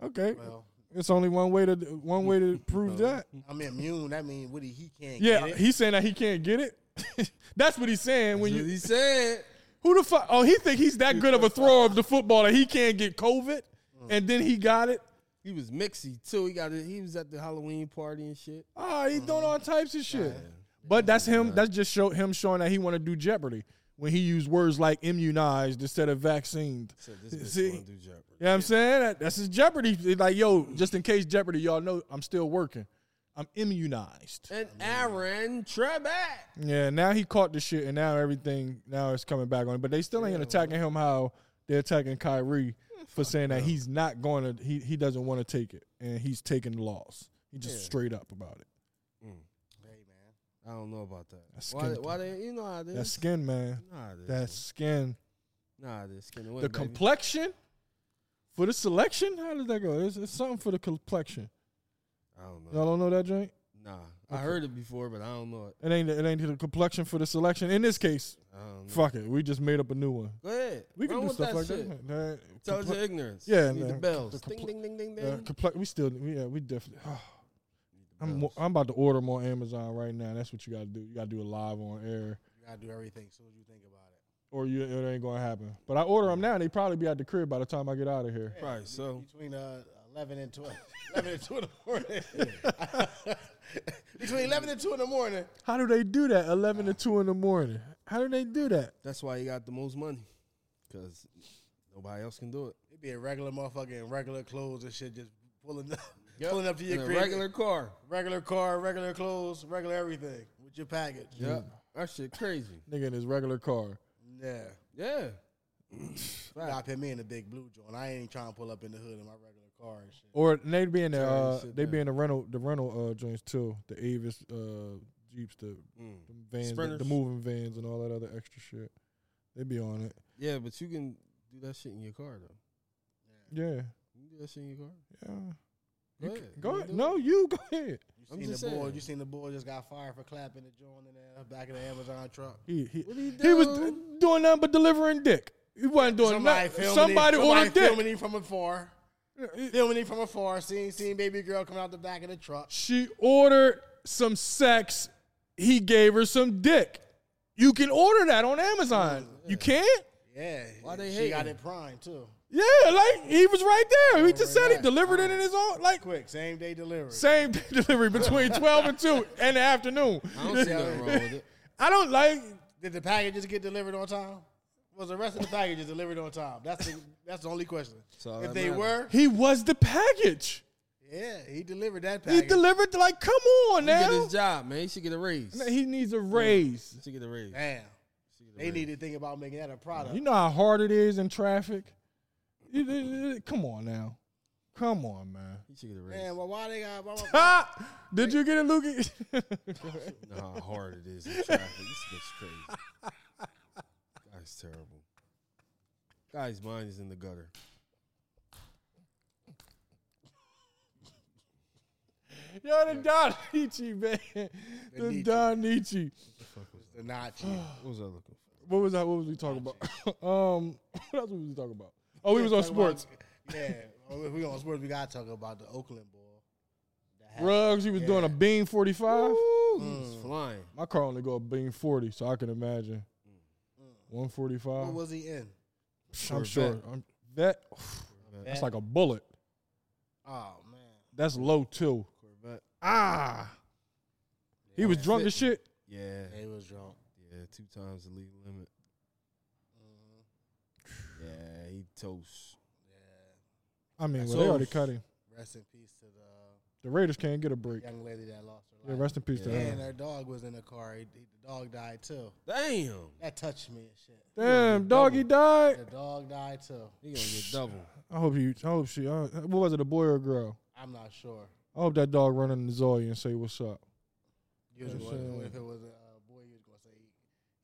B: Okay,
A: Well,
B: it's only one way to one way to prove that."
A: I mean immune. That mean what he, he can't.
B: Yeah,
A: get it.
B: he's saying that he can't get it. [LAUGHS] That's what he's saying. When you
D: he said,
B: who the fuck? Oh, he think he's that good of a thrower of the football that he can't get COVID, and then he got it.
D: He was mixy too. He got it. He was at the Halloween party and shit.
B: Oh, he's doing all types of shit. But that's him. That's just show him showing that he want to do Jeopardy when he used words like immunized instead of vaccinaed. [LAUGHS] See, you know what I'm saying? That- That's his Jeopardy. It's Like, yo, just in case Jeopardy, y'all know I'm still working. I'm immunized.
D: And Aaron Trebek.
B: Yeah, now he caught the shit, and now everything now it's coming back on him. But they still ain't attacking him how they're attacking Kyrie for saying that he's not going to he he doesn't want to take it, and he's taking the loss. He just straight up about it.
A: Hey man.
D: I don't know about that.
B: That's
D: why?
B: skin
D: Why they? You know how it is.
B: That skin, man.
D: nah, it is.
B: That skin.
D: nah, it is. Skin away,
B: The
D: baby.
B: complexion for the selection. How did that go? It's, it's something for the complexion.
D: I don't know.
B: Y'all don't know that drink?
D: Nah, I heard it before, but I don't know it.
B: It ain't. It ain't the complexion for the selection. In this case,
D: I don't know.
B: fuck it. We just made up a new one.
D: Go ahead.
B: We can
D: Mm. Run
B: do
D: with
B: stuff
D: that
B: like
D: shit.
B: that. That-
D: Tell us
B: comple-
D: your ignorance.
B: Yeah,
D: Need the
B: nah.
D: bells.
B: The
D: Ding,
B: compl-
D: ding, ding, ding, ding.
B: uh, comple- we still. we- Yeah, we definitely. [SIGHS] I'm,
D: bells.
B: I'm about to order them on Amazon right now. That's what you got to do. You got to do it live on air,
A: You gotta do everything as soon as you think about it.
B: or you it ain't gonna happen. But I order them now, and they probably be at the crib by the time I get out of here.
D: Right, so
A: Between uh, 11 and [LAUGHS] 12, 11 and 2 in the morning. [LAUGHS] Between 11 and 2 in the morning.
B: How do they do that? Eleven to two in the morning. How do they do that?
D: that's why you got the most money, because nobody else can do it.
A: It'd be a regular motherfucker in regular clothes and shit, just pulling up, pulling up to your
D: In a
A: crib.
D: regular car.
A: regular car, regular clothes, regular everything with your package.
D: Yeah, that shit crazy.
B: Nigga in his regular car.
A: Yeah.
D: Yeah,
A: Y'all put me in a big blue joint. I ain't trying to pull up in the hood in my regular car and shit.
B: Or they be in the uh,
D: shit
B: they be
D: down.
B: in the rental the rental uh, joints too. The Avis uh, jeeps, the,
D: Mm.
B: the vans, the, the
D: Sprinters.
B: moving vans, and all that other extra shit. They be on it.
D: yeah, but you can do that shit in your car though.
B: Yeah,
D: You can do that shit in your car.
B: yeah. You
D: Go ahead.
B: can- go
D: You
B: ahead.
D: do
B: No, you go ahead.
A: You
D: I'm
A: seen
D: just
A: the boy?
D: saying.
A: You seen the boy just got fired for clapping the joint in the back of the Amazon truck.
B: He he,
D: What'd he
B: was [LAUGHS]
D: do?
B: doing nothing but delivering dick. He wasn't doing
A: Somebody
B: nothing.
A: filming
B: Somebody
A: him, somebody
B: ordered dick.
A: filming him from afar. Filming him from afar, seeing seeing baby girl coming out the back of the truck.
B: She ordered some sex. He gave her some dick. You can order that on Amazon.
A: Oh,
B: You can't.
A: Yeah,
D: Why they
A: she
D: hating?
A: got it prime too.
B: Yeah, like he was right there. He just
A: right
B: said he
A: back.
B: delivered it in his own like
A: Quick, same day delivery.
B: same [LAUGHS] day delivery
A: [LAUGHS]
B: between twelve and two in the afternoon.
D: I don't see nothing wrong with it.
B: I don't like.
A: Did the packages get delivered on time? Was the rest of the packages delivered on time? That's the that's the only question.
D: all
A: if
D: that
A: they
D: matters.
A: were,
B: He was the package.
A: yeah, he delivered that
B: He
A: package.
B: delivered like, come on
D: He did
B: now.
D: his job, man. He should get a raise. He
B: He needs a raise.
D: should get a raise.
A: Damn, they need to think about making that a product.
B: You know how hard it is in traffic. It- it- it- Come on now, come on, man. [LAUGHS]
D: He should get a raise.
A: Man, well, why they
D: [LAUGHS]
A: got? Why, why,
B: Ha! Did you get it, Lukey? [LAUGHS]
D: know how hard it is in traffic. This bitch crazy.
B: [LAUGHS]
D: Guy's terrible. Guy's mind is in the gutter.
B: Yo, the Don Nietzsche, man. The
A: Nietzsche.
B: Don Nietzsche.
A: the Nazi.
D: What was I looking for?
B: What was that? What was we talking about? [LAUGHS] um, what else was we talking about? Oh, we was on
A: Talk about-
B: sports.
A: yeah, well, if we on sports, we gotta talk about the Oakland ball. That happened.
B: Rugs, he was doing a beam forty-five. Mm.
D: Ooh, he was flying.
B: My car only go a beam forty, so I can imagine one
A: Mm. What
B: forty-five.
A: was he in?
B: I'm
D: Corvette.
B: sure. I'm, that that's like a bullet.
A: Oh man,
B: That's low too.
D: Corvette.
B: Ah, he was drunk as shit.
D: Yeah.
A: they was drunk.
D: Yeah, two times the legal limit.
A: Mm-hmm.
D: Yeah, he toast.
B: I mean, well,
D: That's
B: they
D: all.
B: already cut him.
A: Rest in peace to the
B: The Raiders can't get a break.
A: young lady that lost her
B: Yeah,
A: life.
B: rest in peace to
D: Yeah.
B: him.
A: and her dog was in the car. He, he- the dog died too.
D: Damn.
A: That touched me and shit.
B: Damn, doggy died.
A: The dog died too.
D: He gonna get
B: [LAUGHS]
D: double.
B: I hope you. I hope she. I, what was it, a boy or a girl?
A: I'm not sure.
B: I hope that dog run into Zoe and say what's up.
A: Usually,
B: That's, uh,
A: when- if it was a uh, boy, you was gonna say he,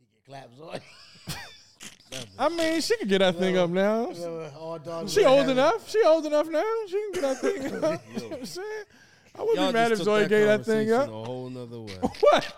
A: he get claps on. [LAUGHS]
B: I mean, she could get that thing up now.
A: All dogs.
B: She
A: are
B: old
A: having-
B: enough. She old enough now. She can get that
D: [LAUGHS]
B: thing up. You know what I'm saying? I wouldn't be mad if
D: took
B: Zoe gave that thing
D: conversation
B: up.
D: A whole
B: [LAUGHS]
D: nother way.
B: What?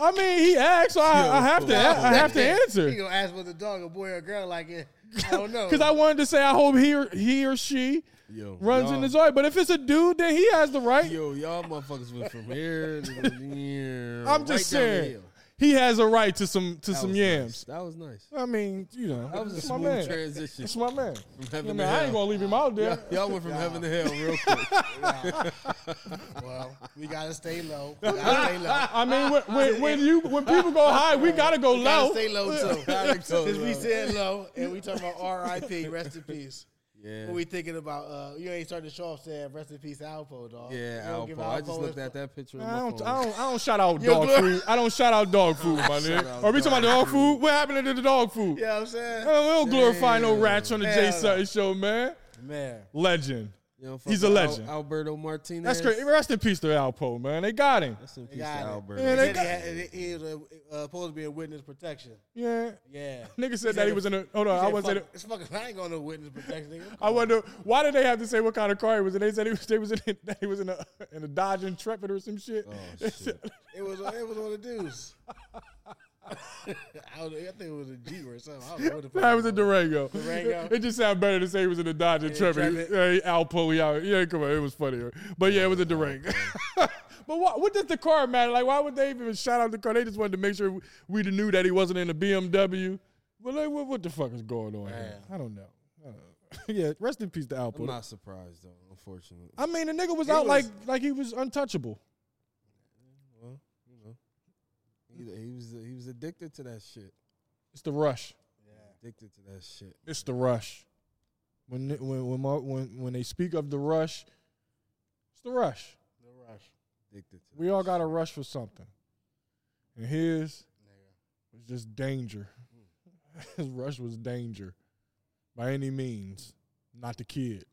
B: I mean, he asked, so I, I
D: Yo,
B: have to. I, I have
D: [LAUGHS]
B: to
A: He
B: answer
A: gonna ask was the dog a boy or a girl like it. I don't [LAUGHS] know.
B: because I wanted to say I hope he or, he or she
D: Yo,
B: runs
D: y'all-
B: into Zoe. But if it's a dude, then he has the right.
D: Yo, y'all motherfuckers went from here to here.
B: I'm
D: right down the
B: just saying
D: hill.
B: he has a right to some to
D: That
B: some
D: was
B: yams.
D: Nice. That was nice.
B: I mean, you know,
D: That was a
B: it's my
D: smooth
B: man.
D: transition.
B: It's my man. I,
D: heaven
B: mean,
D: to
B: I ain't
D: hell.
B: gonna leave him out
D: [LAUGHS]
B: there.
D: Y'all went from heaven to hell real quick.
A: well, we gotta stay low. We gotta stay low.
B: I mean, when,
D: [LAUGHS]
B: when, when you when people go high, we gotta go
A: We
B: low.
A: gotta stay [LAUGHS] low too. [LAUGHS]
D: Gotta go
A: Since we
D: low.
A: said low and we talking about R.I.P. [LAUGHS] Rest in peace.
D: Yeah.
A: What we thinking about? Uh, you ain't started the show off saying rest in peace, Alpo, dog.
D: Yeah,
A: You don't give
D: Alpo. I just
A: Alpo
D: looked
A: his-
D: at that picture. on my
B: I don't,
D: phone.
B: I don't, I don't shout out
A: Yo,
B: dog
A: Glo-
B: food. I don't shout out dog food, my nigga.
D: out
B: Are we talking about
D: dog
B: dog food? What happened to the dog
A: [LAUGHS]
B: food?
A: You know what I'm saying?
B: Uh, we don't glorify no rats on the Jay
A: Yeah.
B: Sutton show, man.
A: [LAUGHS] Man,
B: Legend.
D: You know,
B: He's a
D: fucking Al-
B: legend.
D: Alberto Martinez.
B: That's crazy. Rest in peace to Alpo, man. They got him.
D: Rest in
A: They
D: peace to
A: got it.
D: Alberto.
B: Yeah, they
A: Then he,
B: got,
A: had, he was uh, uh, supposed to be a witness protection.
B: yeah.
A: [LAUGHS] Yeah.
B: Nigga said that he was in a. Hold on, I wasn't.
A: fuck, it's fucking. I ain't going to witness protection. Nigga.
B: I wonder why did they have to say what kind of car it was, and they said he was they was in that he was in a [LAUGHS] in a Dodge Intrepid or some shit.
D: Oh, shit.
A: It was. It was on the deuce. [LAUGHS] I, was, I think it was a G or something. I don't know what the fuck.
B: That
A: it
B: was a Durango.
A: Durango.
B: [LAUGHS] It just sounded better to say he was in a Dodge Intrepid.
A: Intrepid.
B: Hey, Alpo, yeah, yeah, come on, it was funnier. But yeah, it was a Durango. [LAUGHS] but what, what does the car matter? Like, why would they even shout out the car? They just wanted to make sure we knew that he wasn't in a BMW. Well, like, what, what the fuck is going on? Here? I don't know. I don't know. [LAUGHS] yeah, rest in peace to
D: I'm
B: Alpo.
D: not surprised though, unfortunately.
B: I mean, the nigga was
A: It
B: out
A: was-
B: like like he was untouchable.
D: He, he was he was addicted to that shit.
B: It's the rush.
D: Addicted to that shit.
B: It's the rush. When when when Mar- when, when they speak of the rush, it's the rush.
A: The rush.
D: Addicted to.
B: We all got to rush for something, and his was just danger. [LAUGHS] His rush was danger, by any means. Not the kid.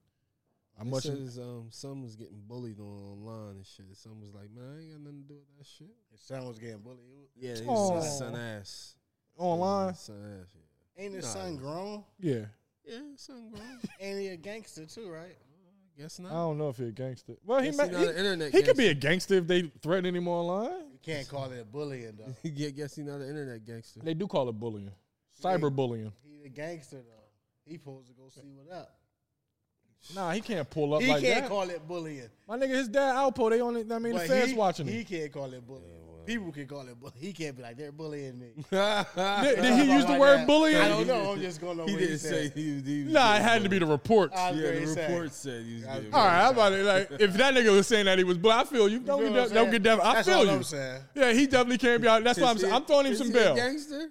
B: I
D: They
B: much
D: said his, um, son was getting bullied on online and shit. Son was like, man, I ain't got nothing to do with that shit.
A: His son was getting bullied.
D: Yeah, he was his
B: Aw.
D: son ass.
B: online.
D: His son ass. Yeah,
A: Ain't his
D: Nah.
A: son grown?
B: Yeah,
D: yeah his son grown. [LAUGHS]
A: Ain't he a gangster too? Right.
D: Guess
B: I
D: not.
B: don't know if he a gangster. Well, Oh, he
D: Guess
B: may,
D: he not an
B: he,
D: internet
B: he could be a gangster if they threaten him online.
A: You can't call it bullying though.
D: [LAUGHS] yeah, guess he not an internet gangster.
B: They do call it bullying, cyberbullying.
A: He a gangster though. He supposed to go see what up.
B: Nah, he can't pull up
A: He
B: like
A: can't
B: that.
A: call it bullying.
B: My nigga, his dad Alpo. They on it. I mean, the
A: But
B: fans
A: he,
B: watching
A: He
B: him.
A: can't call it bullying. People can call it bullying. He can't be like they're bullying me.
B: [LAUGHS] Did,
D: [LAUGHS] he
B: did he
A: Something
B: use the
A: like
B: word
A: that.
B: bullying?
A: I don't know. I'm just going to what he
D: didn't say
A: said.
D: he was. He was
B: Nah, it
D: getting
B: had to be the report.
A: I was
D: bullied. Yeah,
A: very
D: the
A: sad.
D: report said he was. Getting
B: All right,
D: bullied.
B: I'm about to like if that nigga was saying that he was, but I feel you. Don't
A: You
B: get
A: know what
B: that,
A: I'm
B: don't get
A: saying?
B: that. I
A: That's
B: feel
A: all
B: you.
A: I'm saying.
B: Yeah, he definitely can't be out. That's why
D: Is
B: I'm
D: he
B: saying.
D: a-
B: I'm throwing him
D: is
B: some
D: he a
B: bail.
D: Gangster.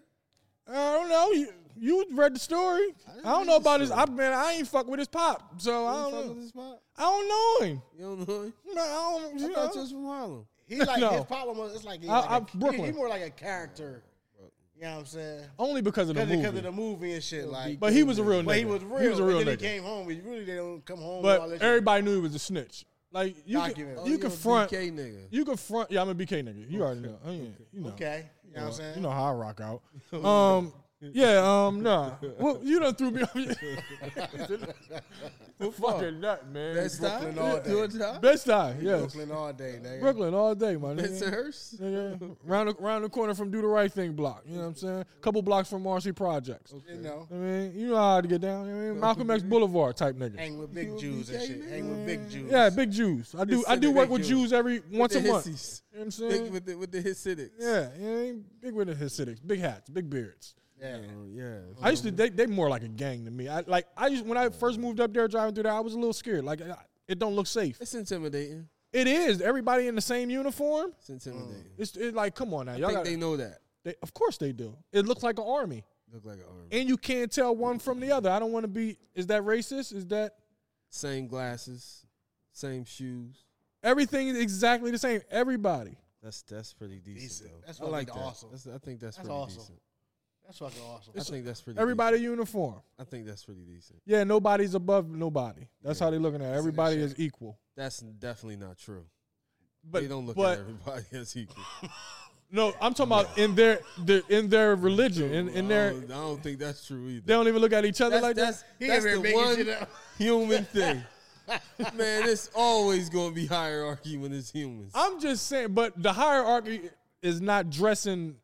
B: I don't know. You, you read the story. I, don't
D: read
B: know
D: the
B: about his. I
D: story.
B: man, I ain't fuck with his pop, so I don't.
D: You fuck
B: Know.
D: with this pop?
B: I don't know him.
D: You don't know him?
B: No, I don't.
D: I
B: You
D: thought you
B: know.
D: was from Harlem.
A: He like
B: No.
A: his problem was it's like, he
B: I-
A: like
B: I'm
A: a- he-
B: Brooklyn.
A: He more like a character. You know what I'm saying?
B: Only because of the movie.
A: Because of the movie and shit. Like,
B: but he was a real nigga.
A: but he was real.
B: He was a real
A: and then
B: nigga.
A: he came home. He really they don't come home. with all
B: but
A: that
B: everybody knew he was a snitch. Like you, could,
A: Document. Oh,
B: you
D: you
B: could
D: a
B: front.
D: BK nigga.
B: You could front. Yeah, I'm a BK nigga. You already know. I mean, You know.
A: shit. Okay, you know what I'm saying?
B: You know how I rock out. Um, yeah, um, nah. Well, you done threw me off. fucking nut, man.
D: Best time.
A: Brooklyn all day.
D: Georgia High?
B: Best time, yes. Brooklyn.
A: Brooklyn all day, nigga.
B: all day, my
D: Best
B: nigga.
D: Hurst.
B: Nigga, round the, round the corner from Do the Right Thing block. You know what I'm saying? Couple blocks from Marcy Projects.
A: You know,
B: I mean, you know how to get down. I mean, Malcolm X Boulevard type nigga.
A: hang with big
D: a
A: Jews and
D: BK
A: shit.
D: nigga?
A: Hang with big Jews.
B: Yeah, big Jews. I do. I do work with Jews every once a
D: the
B: month. You
D: Hissies.
B: know what I'm
D: Big,
B: saying?
D: with the with the Hasidics.
B: Yeah, yeah, big with the Hasidics, big hats, big beards.
A: Yeah.
D: Oh, yeah.
B: I used to they they more like a gang to me. I like I used when I first moved up there driving through there, I was a little scared. Like I- it don't look safe.
D: It's intimidating.
B: It is everybody in the same uniform.
D: It's intimidating.
B: It's it like come on now,
D: I
B: y'all.
D: think
B: Gotta,
D: they know that.
B: they, of course they do. It looks like an army,
D: Look like an army.
B: and you can't tell one from the other. I don't want to be. Is that racist? Is that
D: Same glasses, same shoes.
B: everything is exactly the same? Everybody.
D: That's that's pretty decent,
A: Decent.
D: though.
A: That's
D: I like
A: fucking
D: that.
A: awesome.
D: That's, I think that's,
A: That's
D: pretty
A: awesome.
D: decent.
A: That's fucking awesome.
D: I think that's pretty.
B: Everybody uniform.
D: Decent. I think that's pretty decent.
B: Yeah, nobody's above nobody. That's how they looking at. it. Everybody is equal.
D: That's definitely not true.
B: But
D: they don't look
B: but
D: at everybody [LAUGHS] as equal.
B: no, I'm talking about in their, their in their religion in, in
D: I,
B: their
D: don't, I don't think that's true either.
B: They don't even look at each other
D: that's,
B: like
D: that's,
B: that.
A: He
D: that's
A: over here
D: the
A: making
D: one
A: shit up. [LAUGHS]
D: human thing. Man, it's always going to be hierarchy when it's humans.
B: I'm just saying, but the hierarchy is not dressing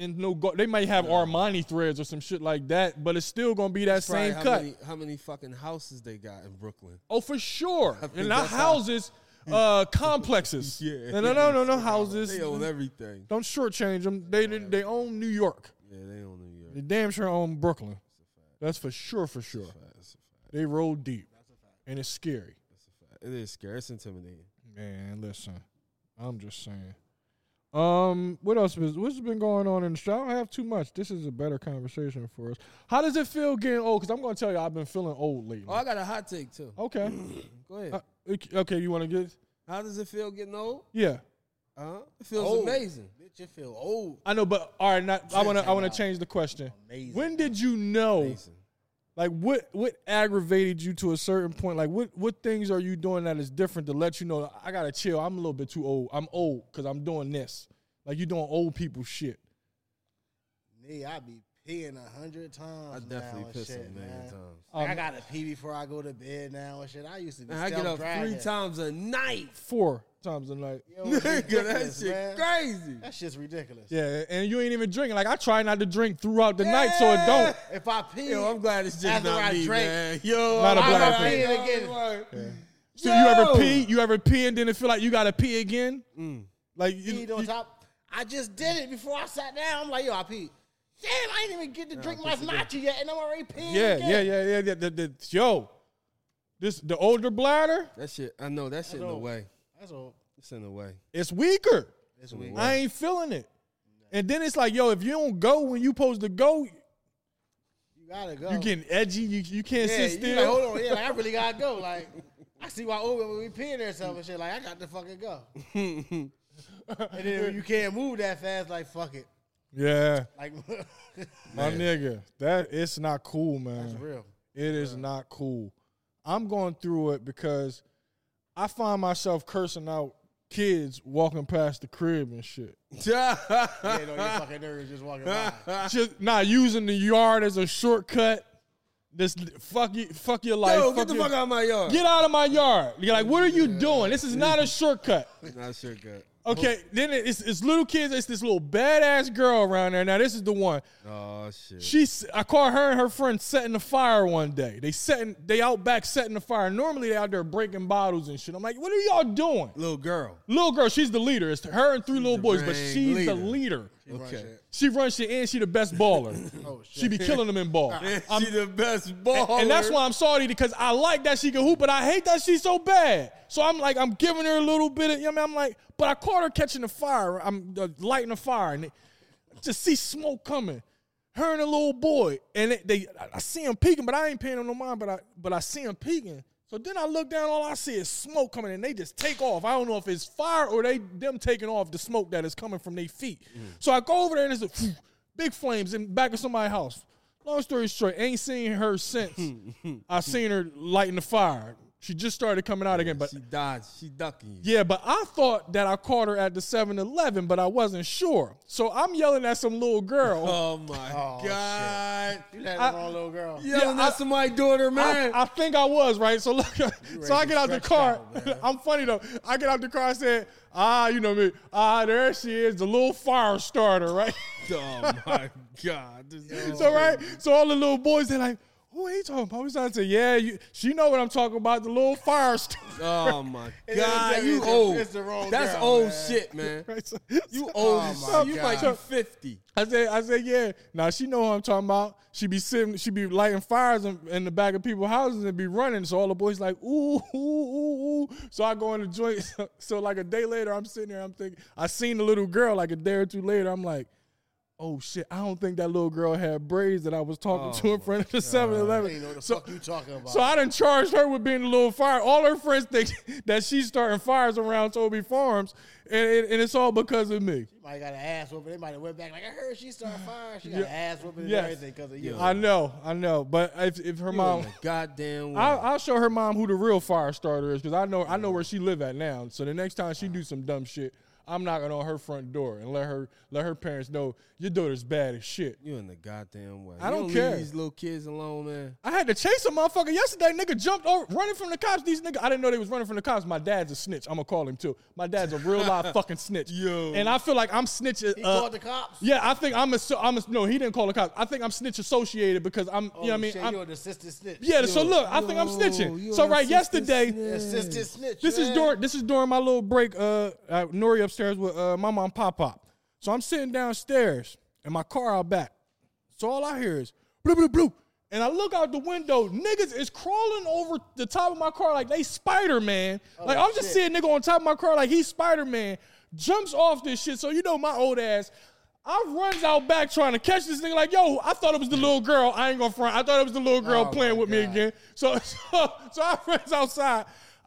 B: in no. Go- they might have Armani threads or some shit like that, but it's still gonna be that
D: Probably
B: same
D: how
B: cut.
D: Many, how many fucking houses they got in Brooklyn?
B: Oh, for sure.
D: I think
B: And not
D: that's how- [LAUGHS]
B: houses, uh, complexes.
D: Yeah.
B: No, no, no, no, no houses.
D: They own everything.
B: Don't shortchange them. They they- they own New York.
D: Yeah, they own New York.
B: They damn sure own Brooklyn. That's for sure. For sure.
D: That's a
B: They roll deep, and it's scary.
D: fact. It is scary. It's intimidating.
B: Man, listen, I'm just saying. Um, what else was what's been going on in the show? I don't have too much. This is a better conversation for us. How does it feel getting old? Because I'm going to tell you, I've been feeling old lately.
D: Oh, I got a hot take too. [CLEARS THROAT]
B: okay,
D: Oh, Go ahead.
B: Uh, ok- okay, you want to get?
D: How does it feel getting old?
B: Yeah,
D: Huh? It feels
A: Old.
D: amazing.
A: Bitch, you feel old.
B: I know, but all right, not, I want to I want to change the question.
A: Amazing.
B: When did you know
D: Amazing.
B: Like what what aggravated you to a certain point? Like what what things are you doing that is different to let you know I gotta chill. I'm a little bit too old. I'm old because I'm doing this. Like you doing old people shit.
A: Me, I be peeing a hundred times.
D: I
A: now
D: definitely
A: and
D: piss
A: shit,
D: a million
A: man.
D: times.
A: Like, I
B: Um,
A: gotta pee before I go to bed now and shit. I used to be.
D: Man, I get up three
A: self-driving.
D: times a night.
A: [LAUGHS]
B: Four times a night. [LAUGHS]
A: Yo, it's
D: [LAUGHS] Nigga, that
A: ridiculous,
D: shit
A: man.
D: crazy.
A: That shit's ridiculous.
B: Yeah, and you ain't even drinking. Like I try not to drink throughout the night, so it don't.
A: If I pee,
D: Yo, I'm glad it's just
A: After
D: not
A: I
D: me,
A: drank,
D: man. Yo,
B: Not a
D: I'm
B: black
D: glad I
B: thing.
D: ain't
A: Again.
D: the only one.
B: So you ever
D: Yo!
B: pee? You ever pee and then it feel like you gotta pee again?
A: Mm.
B: Like you,
A: peed on
B: you-
A: top. I just did it before I sat down. I'm like, yo, I peed. Damn, I didn't even get to drink my matcha yet, and I'm already peeing.
B: yeah,
A: again.
B: yeah, yeah, yeah, yeah. The, the, yo, this the older bladder,
D: That shit, I know that shit in the
A: know.
D: way.
A: That's all.
D: It's in the way. [LAUGHS]
B: it's weaker.
A: That's weird.
B: I ain't feeling it. And then it's like, yo, if you don't go when you supposed to go,
A: You gotta go.
B: you getting edgy. You, you can't
A: Oh. yeah,
B: sit
A: you
B: still.
A: like, hold on. Yeah, like, I really gotta go. Like, I see why Uber when we peeing ourselves and shit. Like, I got to fucking go.
B: [LAUGHS]
A: and then when you can't move that fast, like, fuck it.
B: Yeah,
A: Like, [LAUGHS]
B: my nigga, that it's not cool, man.
A: that's real.
B: It is not cool. I'm going through it because I find myself cursing out kids walking past the crib and
D: [LAUGHS]
B: shit.
A: Yeah, you know, your fucking nerves just walking by.
B: Just not using the yard as a shortcut. Just fuck you, fuck your life.
D: Yo, get the
B: your-
D: fuck out of my yard.
B: Get out of my yard. You're like, what are you doing? This is not a
D: [LAUGHS]
B: shortcut.
D: Not sure, good.
B: Okay, then it's, it's little kids. It's this little badass girl around there. Now this is the one.
D: Oh shit.
B: She, s- I caught her and her friend setting the fire one day. They setting, they out back setting the fire. Normally they out there breaking bottles and shit. I'm like, what are y'all doing?
D: Little girl.
B: Little girl, she's the leader. It's her and three little boys, but
D: ring
B: she's the
D: leader.
B: leader.
D: Okay.
B: She runs shit and she the best baller.
D: [LAUGHS]
A: Oh, shit.
B: she be killing them in ball.
D: she the best baller.
B: And that's why I'm sorry because I like that she can hoop, but I hate that she's so bad. So I'm like, I'm giving her a little bit of, you know what I mean? I'm like, but I caught her catching the fire. I'm uh, lighting the fire and it, just see smoke coming. Her and the little boy, and it, they, I- I see him peeking, but I ain't paying him no mind. But I, but I see him peeking. So then I look down, all I see is smoke coming, and they just take off. I don't know if it's fire or they them taking off the smoke that is coming from their feet. So I go over there and it's a, big flames in back of somebody's house. Long story short, ain't seen her since. I seen her lighting the fire. She just started coming out again, but
D: she dodged. She ducking you.
B: yeah, but I thought that I caught her at the 7-Eleven, but I wasn't sure. So I'm yelling at some little girl.
D: Oh my
A: Oh, shit.
D: god.
A: You had
B: I-
A: the wrong little girl.
D: Yeah, Yelling
B: I-
D: at somebody's daughter,
B: I,
D: man.
B: I think I was right. So [LAUGHS] look, so I
A: ready
B: get
A: to
B: out
A: stretch
B: the car.
A: out, man.
B: [LAUGHS] I'm funny though. I get out the car. I said, ah, you know me. Ah, there she is, the little fire starter, [LAUGHS] right?
D: oh my god.
A: [LAUGHS]
D: This is
B: so right. So all the little boys they're like, who are you talking about? We started to say, yeah, you, she know what I'm talking about. The little fire starter. [LAUGHS]
D: Oh my
A: [LAUGHS] It is
D: god.
A: the-
D: You
A: it's the-
D: old.
A: it's the wrong
D: That's
A: girl,
D: old
A: man. [LAUGHS]
D: shit, man.
B: Right? So,
D: You
B: so-
D: old.
A: Oh
D: as
A: my
D: shit. you like
A: God.
D: you fifty.
B: I said, I said, yeah. Now she know who I'm talking about. She be sitting, she be lighting fires in, in the back of people's houses and be running. So all the boys like, ooh, ooh, ooh, ooh. So I go in the joint. [LAUGHS] So, like a day later, I'm sitting there. I'm thinking, I seen the little girl like a day or two later. I'm like, oh shit, I don't think that little girl had braids that I was talking to in front of the 7
A: I ain't know
B: Eleven.
A: what the
B: So,
A: fuck you talking about.
B: so I done charged her with being a little fire. All her friends think [LAUGHS] that she's starting fires around Toby Farms, and, and, and it's all because of me.
A: might got an ass whooping. They might have went back. Like I heard she started firing. She got
B: Yeah.
A: an ass whooping
B: Yes.
A: and everything because of you.
B: I know, I know, but if, if her
D: You in
B: mom,
D: the goddamn way.
B: I'll, I'll show her mom who the real fire starter is because I know I know where she live at now. So the next time she do some dumb shit, I'm knocking on her front door and let her let her parents know your daughter's bad as shit.
D: you in the goddamn way.
B: I
D: You
B: don't
D: leave
B: care.
D: these little kids alone, man.
B: I had to chase a motherfucker yesterday. Nigga jumped over, running from the cops. These nigga, I didn't know they was running from the cops. My dad's a snitch. I'm gonna call him too. My dad's a real live fucking snitch.
D: Yo.
B: And I feel like I'm snitching.
A: He
B: uh,
A: called the cops.
B: yeah, I think I'm a, I'm a, no, he didn't call the cops. I think I'm snitch associated because I'm, you know what I mean?
A: Shit,
B: I'm-
A: you're an assistant snitch.
B: yeah, so look, I think I'm
D: yo,
B: snitching.
D: you
B: So
D: an
B: right
D: assistant
B: yesterday,
D: snitch.
A: assistant snitch.
B: This is
A: man.
B: during this is during my little break. Uh, uh Nori upstairs with uh my mom pop pop. So I'm sitting downstairs and my car out back. So all I hear is blue blue blue, and I look out the window. Niggas is crawling over the top of my car like they Spider Man. like I'm just
A: shit.
B: seeing nigga on top of my car like he's Spider Man. Jumps off this shit. So you know my old ass. I runs out back trying to catch this nigga like, yo, I thought it was the little girl. I ain't gonna front. I thought it was the little
A: Oh,
B: girl [LAUGHS] playing
A: my
B: with me
A: God.
B: again. So, so, so I runs outside.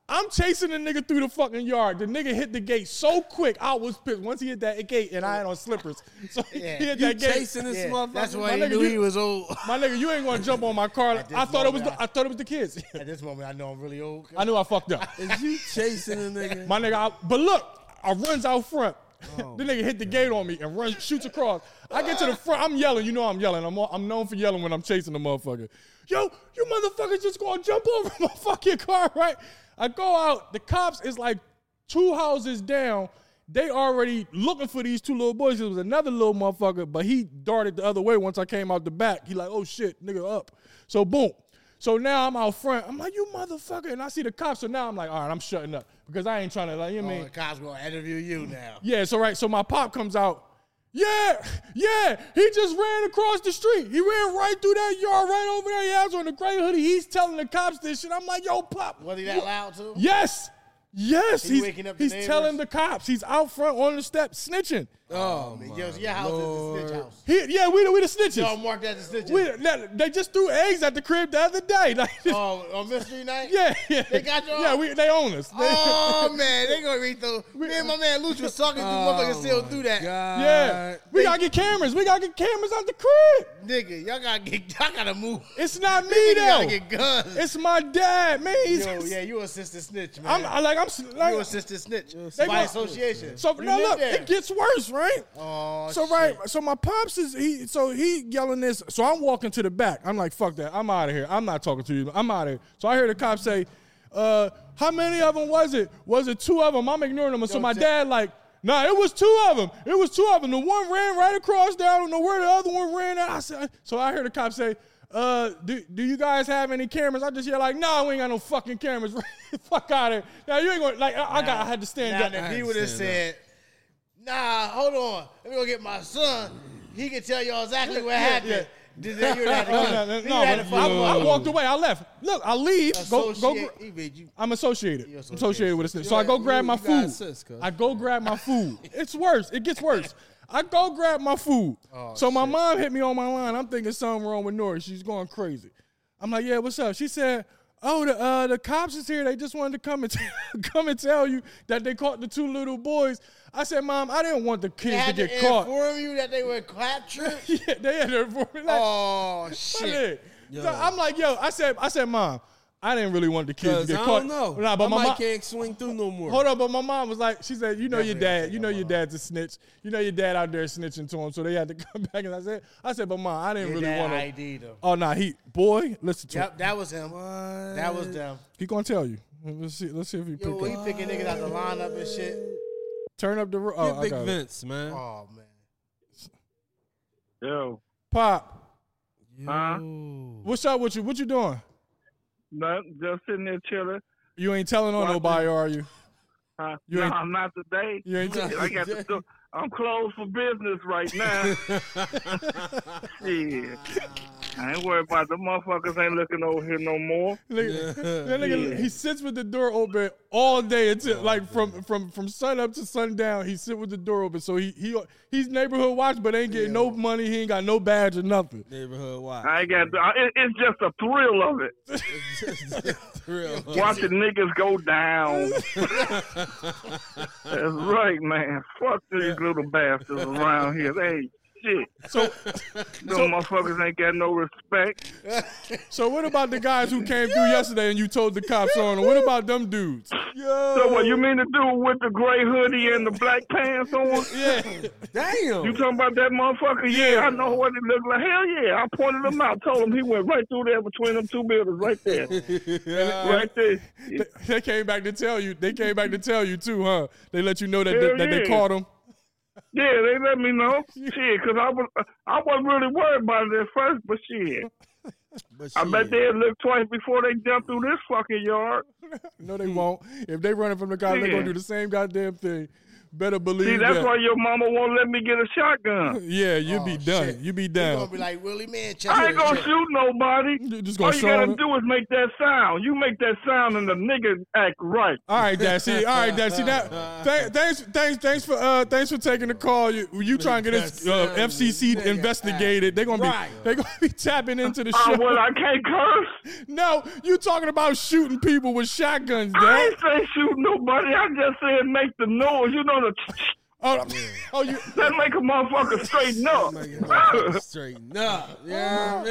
B: I'm chasing the nigga through the fucking yard. The nigga hit the gate so quick, I was pissed. Once he hit that gate, and I had on slippers, so he hit
D: You
B: that gate.
D: chasing this
A: Yeah,
D: motherfucker?
A: that's why
B: My
A: he
B: nigga,
A: knew
B: you-
A: he was old.
B: My nigga, you ain't gonna jump on my car.
A: this
B: I thought it was
A: moment,
B: the, I thought it was the kids. [LAUGHS]
A: At this moment, I know I'm really old.
B: I knew I fucked up.
D: Is you chasing
B: [LAUGHS]
D: a nigga?
B: My nigga, I, but look, I runs out front. the nigga hit the gate on me and runs, shoots across. I get to the front. I'm yelling. You know I'm yelling. I'm all- I'm known for yelling when I'm chasing the motherfucker. Yo, you motherfuckers just gonna jump [LAUGHS] over my fucking car, right? I go out. The cops is like two houses down. They already looking for these two little boys. There was another little motherfucker, but he darted the other way once I came out the back. He like, oh shit, nigga up. So boom. So now I'm out front. I'm like, you motherfucker. And I see the cops. So now I'm like, all right, I'm shutting up. Because I ain't trying to like, you know what I
A: Oh,
B: mean?
A: the cops gonna interview you now.
B: Yeah, so right, so my pop comes out. Yeah, yeah, he just ran across the street. He ran right through that yard, right over there. He has on the gray hoodie. He's telling the cops this shit. I'm like, yo, pop.
A: Was he that loud too?
B: Yes, yes.
A: He
B: he's
A: waking up the
B: he's
A: neighbors?
B: telling the cops. He's out front on the steps snitching.
A: Oh, man. Yo, so your house is the snitch house.
B: He, yeah, we the- we the snitches.
A: Y'all marked that the snitch.
B: we,
A: house.
B: the- they just threw eggs at the crib the other day. [LAUGHS] Like,
A: Oh, on mystery night.
B: yeah, yeah.
A: They got y'all?
B: Yeah, we, they own us. They-
A: Oh man, they gonna read
B: [LAUGHS]
A: through. Me and my man Luch was talking
B: Oh,
A: to motherfuckers still through that.
D: God.
B: yeah, we
A: Uh, they-
B: gotta get cameras. We gotta get cameras out the crib.
A: Nigga, y'all gotta get, y'all gotta move.
B: It's not me
A: You
B: though.
A: gotta get guns.
B: It's my dad, man. [LAUGHS] He's,
A: Yo, yeah, you assisted snitch, man.
B: I'm I, like I'm like,
A: you assisted snitch by
B: They gonna-
A: association.
B: so
A: You
B: now
A: live
B: look,
A: there.
B: it gets worse, right?
A: oh,
B: so
A: shit.
B: right, so my pops is he so he yelling this. So I'm walking to the back. I'm like, fuck that. I'm out of here. I'm not talking to you. I'm out of here. So I hear the cop say, uh, how many of them was it? Was it two of them? I'm ignoring them. And so
A: Yo,
B: my
A: check-
B: dad like, nah, it was two of them. It was two of them. The one ran right across down. I don't know where the other one ran at. I said, so I hear the cop say. Uh, do, do you guys have any cameras? I just yell like, nah, we ain't got no fucking cameras. [LAUGHS] Fuck out of here. Now you ain't gonna like. I, I got. I had to stand
A: Now,
B: up.
A: if
D: I
A: he would have
D: understand
A: said, "Nah, hold on, let me go get my son," he could tell y'all exactly what happened. Then you would have
B: [LAUGHS]
A: to,
B: No, no, no,
A: you would have to
B: no,
A: fuck
B: I, I
A: with
B: walked away. I left. Look, I leave. Go, go.
A: associate-
B: gr-
A: he made you-
B: I'm associated.
A: You're
B: I'm
A: associated.
B: associated with a snitch. So I go
D: you-
B: grab my
D: you got
B: food.
D: sis, cuz.
B: I go grab my food. It's worse. It gets worse. I go grab my food. so my mom hit me on my line. I'm thinking something wrong with Nori. She's going crazy. I'm like, yeah, what's up? She said, oh, the uh, the cops is here. They just wanted to come and [LAUGHS] come and tell you that they caught the two little boys. I said, mom, I didn't want the
A: They
B: kids to
A: had to
B: get caught.
A: inform you that they were captured.
B: [LAUGHS] yeah, they had to inform me. Like,
A: oh
B: my
A: shit!
B: nigga. So I'm like, yo, I said, I said, mom, I didn't really want the kids to
D: Cause
B: get
D: I
B: caught.
D: don't know.
B: Nah, but
D: my
B: my
D: mic
B: mom,
D: can't swing through no more.
B: hold up, but my mom was like, she said, you know your
A: Definitely gotta
B: dad,
A: take
B: you
A: my
B: know your
A: mom.
B: dad's a snitch. You know your dad out there snitching to him, so they had to [LAUGHS] come back. And I said, I said, but mom, I didn't
A: Your
B: really
A: dad
B: want to.
A: ID'd him.
B: Oh nah, he boy, listen to him.
A: Yep, that was him. That was them.
B: He gonna tell you. Let's see, let's see if he pick
A: Yo,
B: up.
A: he picking niggas out the lineup and shit.
B: Turn up the ro-
D: Get
B: oh, I
D: Big
B: got it.
D: Vince, man.
A: Oh man.
E: Yo,
B: Pop,
E: huh?
B: Mm.
A: Oh.
B: what's up with you? What you doing?
E: Nothing, just sitting there chilling.
B: You ain't telling on nobody, are you?
E: Huh?
B: You
E: no,
B: ain't-
E: I'm not today.
A: [LAUGHS]
B: You ain't. T-
E: [LAUGHS] I got to do, I'm closed for business
B: [LAUGHS]
E: right now. Shit. I ain't worried about the motherfuckers ain't looking over here no more.
B: Nigga, [LAUGHS] that nigga,
E: Yeah. Oh,
B: he sits with the door open all day until like from from from sun up to sundown. He sit with the door open, so he he he's neighborhood watch, but ain't getting no money. He ain't got no badge or nothing.
D: Neighborhood
E: I
D: watch. [LAUGHS]
E: ain't got. To, I- it, it's just a thrill of it.
D: Real.
E: Watching niggas go
B: [LAUGHS]
E: down. That's right, man. Fuck these little bastards around here. They ain't shit. [LAUGHS]
B: So
E: Them motherfuckers ain't got no respect.
B: so what about the guys who came through yesterday and you told the cops on? them? What about them dudes?
E: So what you mean to do with the gray hoodie and the black pants on? You
D: Damn.
E: talking about that motherfucker? Yeah, I know what he looked like. Hell yeah, I pointed him out, told him he went right through there between them two buildings, right there, right there.
B: They, they came back to tell you. They came back to tell you too, huh? They let you know that they,
E: Hell
B: that they
E: yeah.
B: caught him.
E: Yeah, they let me know. Shit, cause I was I wasn't really worried about it at first, but shit,
D: But
E: I bet
D: shit.
E: they had looked twice before they jumped through this fucking yard.
B: No, they won't. If they running from the cops, they gonna
E: Mm. Yeah.
B: do the same goddamn thing. Better believe
E: See, that's
B: that.
E: why your mama won't let me get a shotgun.
B: Yeah, you
A: Oh,
B: be done.
A: shit.
B: You be
A: You're gonna
B: done.
A: be like Willie Manchester.
E: I ain't gonna shoot nobody.
B: You just
E: All
B: gonna
E: you
B: show
E: gotta
B: them.
E: do is make that sound. You make that sound, and the nigga act right.
B: All right, Dashie. All right, Dashie. That th- thanks, thanks, thanks for uh, thanks for taking the call. You, you trying to get this uh, FCC investigated? They're gonna
A: Right.
B: be they gonna be tapping into the
E: Oh, well,
B: show.
E: I can't curse.
B: No, you talking about shooting people with shotguns,
E: I
B: Dad?
E: ain't say shoot nobody. I just said make the noise. You know, the [LAUGHS]
B: Oh, [LAUGHS] oh, you.
E: that make a motherfucker straighten up.
D: Straighten up. Yeah, man.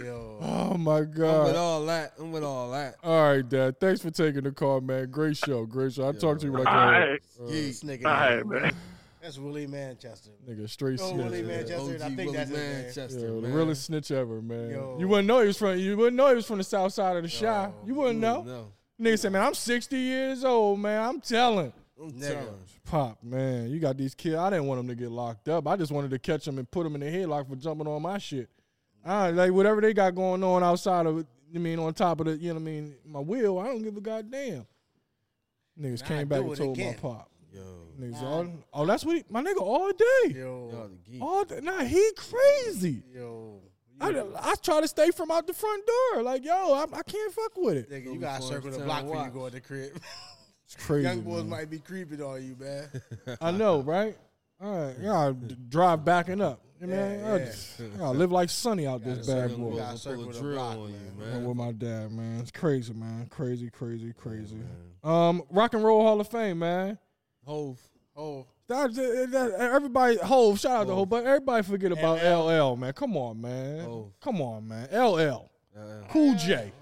E: yeah.
B: Oh my
D: I'm with
B: God.
D: all that. I'm with all that.
B: All right, Dad. Thanks for taking the call, man. Great show, great show. I talk to you like
E: All
B: a
E: right,
A: This nigga,
E: all right, man.
A: that's Willie Manchester.
B: nigga, straight
A: Yo,
B: snitch.
A: Willie
B: man.
A: Manchester.
D: OG
A: I think
D: Willie
A: that's his name.
D: Manchester,
B: Yo, the
D: man.
B: realest snitch ever, man.
A: Yo.
B: You wouldn't know he was from. You wouldn't know he was from the south side of the shy. You wouldn't know.
D: No,
B: Nigga said, man, I'm 60 years old, man. I'm telling.
A: Nigga.
B: Pop, man, you got these kids. I didn't want them to get locked up. I just wanted to catch them and put them in the headlock for jumping on my shit. I like whatever they got going on outside of, I mean, on top of the, you know what I mean, my will. I don't give a goddamn. Niggas
A: Nah,
B: came back
A: do
B: and
A: it
B: told
A: again.
B: my pop.
D: yo,
B: Niggas, all, oh, that's what he, my nigga all day.
A: Yo,
D: y'all the geek.
B: All day. Nah, he crazy.
A: yo,
B: I, I try to stay from out the front door. Like, yo, I, I can't fuck with it.
A: nigga, you gotta
D: before
A: circle
D: it's
A: the
D: time
A: block
D: to
A: when you
D: watch.
A: go in the crib.
B: It's crazy.
A: Young boys
B: man.
A: might be creeping on you, man.
B: I know, right? All right, y'all d- drive backing up. You man,
A: Yeah,
B: I
A: yeah.
B: just- y'all live like Sonny out this bad
D: Them
B: boy.
D: boys
A: Got
D: gonna
A: circle
D: pull a
A: the
D: drill
A: block,
D: on you,
A: man.
D: man.
B: I'm with my dad, man. It's crazy, man. Crazy, crazy, crazy. um, Rock and Roll Hall of Fame, man.
D: Hove.
A: Oh,
B: That, that- that- everybody, Hove, shout out to Hove, but everybody forget about LL, man. Come on, man.
D: Hov.
B: Come on, man. LL,
D: Uh,
B: Cool J,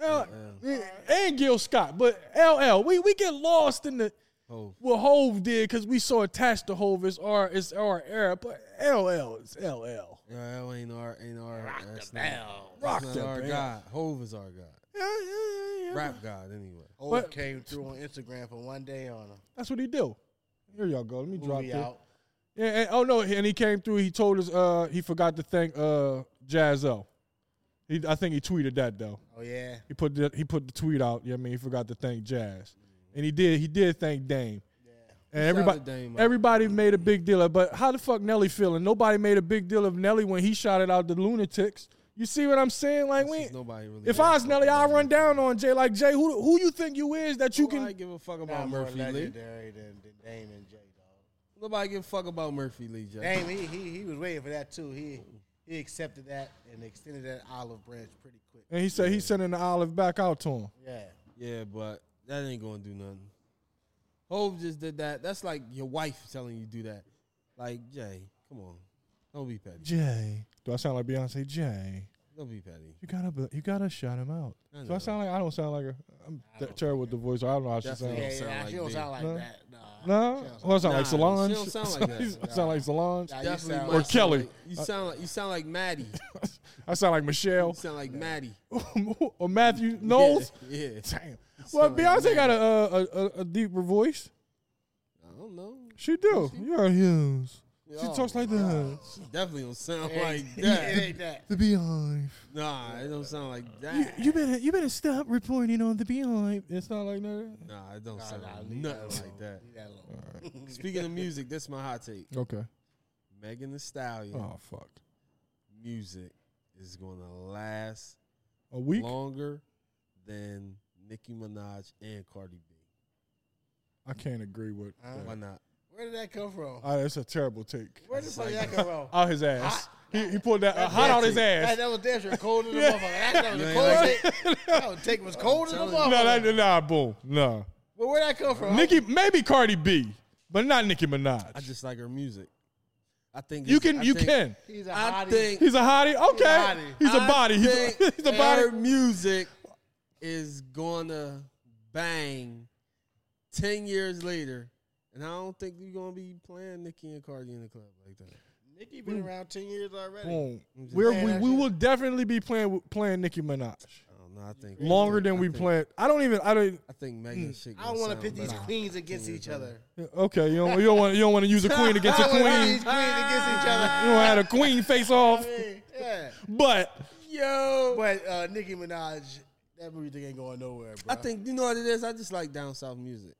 B: L- and Gil Scott, but LL. We we get lost in the
D: Hove.
B: what Hove did because we so attached to Hove is our it's our era, but LL is LL.
D: LL ain't our ain't our. that's not-
B: Rock
D: that's
B: the
D: not our
B: bell.
D: God. Hove is our God.
B: Yeah, yeah, yeah, Oh, yeah.
D: Rap God, anyway.
A: Old
B: But-
A: came through on Instagram for one day on him.
B: That's what he do. Here y'all go. Let me drop
A: Movie
B: it.
A: out.
B: Yeah, and, oh no, and he came through. He told us uh he forgot to thank uh Jazzo. He, I think he tweeted that though.
A: Oh yeah.
B: He put the, he put the tweet out. Yeah, I mean he forgot to thank Jazz, and he did he did thank Dame. And
D: Shout
B: everybody,
D: out to Dame, man.
B: everybody made a big deal of. But how the fuck Nelly feeling? Nobody made a big deal of Nelly when he shouted out the lunatics. You see what I'm saying? Like we,
D: Since Nobody really.
B: if
D: gave a
B: I was
D: fuck
B: Nelly,
D: about
B: I run down on Jay. Like Jay, who who you think you is that you
D: Nobody
B: can?
D: give a fuck
A: Nah,
D: about
A: more
D: Murphy Lee.
A: legendary than, than Dame and J dog.
D: Nobody give a fuck about Murphy Lee. Jay.
A: Dame, he, he he was waiting for that too. He he accepted that and extended that olive branch pretty quick.
B: And he said he's sending the olive back out to him.
A: Yeah.
D: Yeah, but that ain't gonna do nothing. Hove just did that. That's like your wife telling you do that. Like Jay, come on, don't be petty.
B: Jay, do I sound like Beyonce? Jay,
D: Don't be petty.
B: you gotta bu- you gotta shout him out.
D: I
B: Do I
D: know.
B: sound like I don't sound like a? I'm th- terrible with the voice. I don't know how she
D: Definitely.
B: sounds.
A: Yeah,
D: sound
A: yeah,
D: like
A: she don't
D: Dame.
A: sound like
B: No.
A: that. Nah.
B: No,
A: She don't
B: well, I sound like
D: Nah,
B: Solange.
D: she don't sound like
B: [LAUGHS]
D: that.
B: I sound like Solange.
A: Nah, you
D: Definitely
A: sound
D: might
B: Or
A: like,
B: Kelly.
D: sound like- you sound like you sound like Maddie.
B: [LAUGHS] I sound like
A: [LAUGHS]
B: Michelle [LAUGHS]
D: You sound like Maddie.
B: or Matthew Knowles.
D: [LAUGHS] Yeah. yeah.
B: Damn. Well,
D: sound like
B: Beyonce
D: Maddie.
B: got a, uh, a a a deeper voice.
D: I don't know.
B: She do. You're Hughes. She
D: Yo,
B: talks like that.
D: She definitely don't sound
A: [LAUGHS] it
D: like
A: ain't-
D: that.
A: It ain't that.
B: The Beehive.
D: Nah, it don't sound
B: [LAUGHS]
D: like
B: You,
D: that.
B: you better you better stop reporting on the Beehive. It's not like that.
D: nah, it don't sound
A: nah,
D: like
A: leave that
D: nothing
A: alone.
D: like that.
A: Leave that alone.
D: Speaking of music, this my hot take.
B: Okay.
D: Megan Thee Stallion
B: Oh fuck.
D: music is gonna last
B: A week.
D: longer than Nicki Minaj and Cardi B.
B: I can't agree with.
A: Uh-huh.
B: that.
D: Why not?
A: [LAUGHS] Where did that come from?
B: Ah, that's a terrible take.
A: Where the fuck did that come from?
B: Out his ass. He, he pulled that uh,
A: That-
B: [LAUGHS] hot
A: that
B: out his
A: take-
B: ass.
A: That, that was damn sure cold in the
B: Yeah.
A: motherfucker. That, that was
D: You
A: the coldest.
D: ain't
A: take- that was take was cold
D: [LAUGHS]
A: in the
D: telling
A: motherfucker.
B: No, that, nah, boom, nah.
A: Well, where'd that come from?
B: Nicki, maybe Cardi B, but not Nicki Minaj.
D: I just like her music. I think
B: you
D: it's-
B: can,
D: I
B: you
D: think-
B: can.
A: He's a
D: I
A: hottie.
D: think
B: He's a hottie. Okay,
A: hottie.
B: he's a
D: I
B: body. He's a,
D: think
B: [LAUGHS] he's a body.
D: Her music is gonna bang ten years later, and I don't think you're gonna be playing Nicki and Cardi in the club like that.
A: Nicki been around ten years already.
B: Boom. We're,
A: saying
B: we
A: that
B: we
A: shit.
B: will definitely be playing playing Nicki Minaj
D: I don't know. I think
B: longer than
D: I
B: we
D: think-
B: plit. I don't even. I don't.
D: Hmm. I think Megan shit.
A: I don't want to pit these queens against each other.
B: Okay, you don't, you don't want you don't want to use a queen against
D: [LAUGHS]
B: a
A: I don't
B: queen. You
A: wanna pit
B: don't
A: these queens against each other.
B: have a queen face off.
A: I mean, yeah.
B: But
D: [LAUGHS] Yo,
A: But uh, Nicki Minaj, that music ain't going nowhere, bro.
D: I think you know what it is. I just like down south music.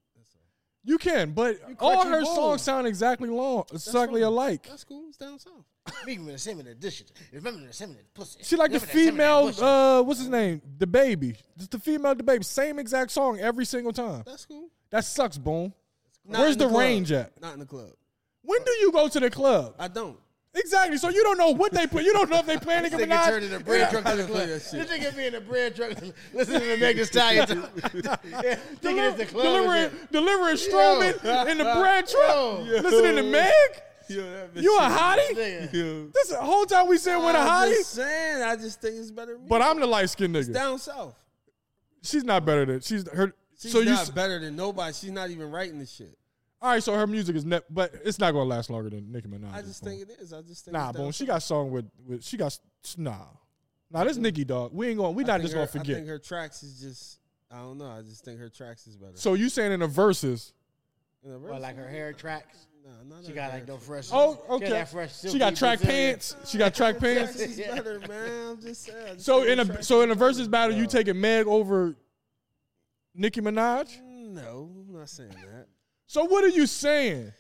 B: You can, but all
D: crunchy
B: her
D: bone.
B: songs sound exactly long, exactly
D: cool.
B: alike.
D: That's cool. It's down south.
A: Remember the semen and dish. Remember the semen and pussy.
B: She like the female. Uh, what's his name? The baby. Just the female. The baby. Same exact song every single time.
D: That's cool.
B: That sucks, Boom.
D: Not
B: Where's
D: in the
B: the,
D: club.
B: range at?
D: Not in the club.
B: When do you go to the club?
D: I [LAUGHS] don't.
B: Exactly. So you don't know what they put. You don't know if they playing Nicki
A: This nigga turned
B: Minaj.
A: into bread
D: I
A: truck to the
D: didn't play
A: club.
D: that
A: This
D: shit.
A: nigga being a bread truck, [LAUGHS] listening to Megan Thee Stallion,
D: [LAUGHS]
A: talk- [LAUGHS] yeah, thinking it's the club.
B: delivering,
A: and shit.
B: delivering Strowman in the bread truck.
A: Yo. Yo.
B: Listening to Meg.
D: Yo, that bitch
B: You a
D: is-
B: hottie?
A: Nigga.
D: Yo.
B: This whole time we said with a
D: I'm just
B: hottie,
D: saying. I just think it's better. than me.
B: but I'm the light skinned nigga.
D: down south.
B: She's not better than she's her.
D: She's
B: so you
D: not
B: s-
D: better than nobody. She's not even writing this shit.
B: all right? So her music is net, but it's not gonna last longer than Nicki Minaj.
D: I just
B: Boom.
D: think it is. I just think
B: Nah,
D: it's down
B: boom. She
D: south.
B: got song with, with she got s- nah. Nah, this Nicki dog. We ain't going. to We
D: I
B: not
D: think
B: just
D: her,
B: gonna
D: I
B: forget.
D: think her tracks is just. I don't know. I just think her tracks is better.
B: So you saying in the verses?
D: You know,
A: Well, like her hair tracks.
D: No, not
A: She
D: her
A: got
D: hair
A: like no
D: tracks.
A: fresh.
B: Oh,
A: She
B: okay.
A: got, that fresh
B: She
A: silky
B: got track
A: Brazilian-
B: pants. She got track
D: Tracks
B: pants.
D: is better, man. I'm just
B: [LAUGHS]
D: saying. I just
B: So
D: think
B: in
D: her
B: a
D: tracks
B: so
D: is
B: in a
D: better.
B: versus battle, you taking Meg over Nicki Minaj?
D: No, I'm not saying that.
B: So what are you saying?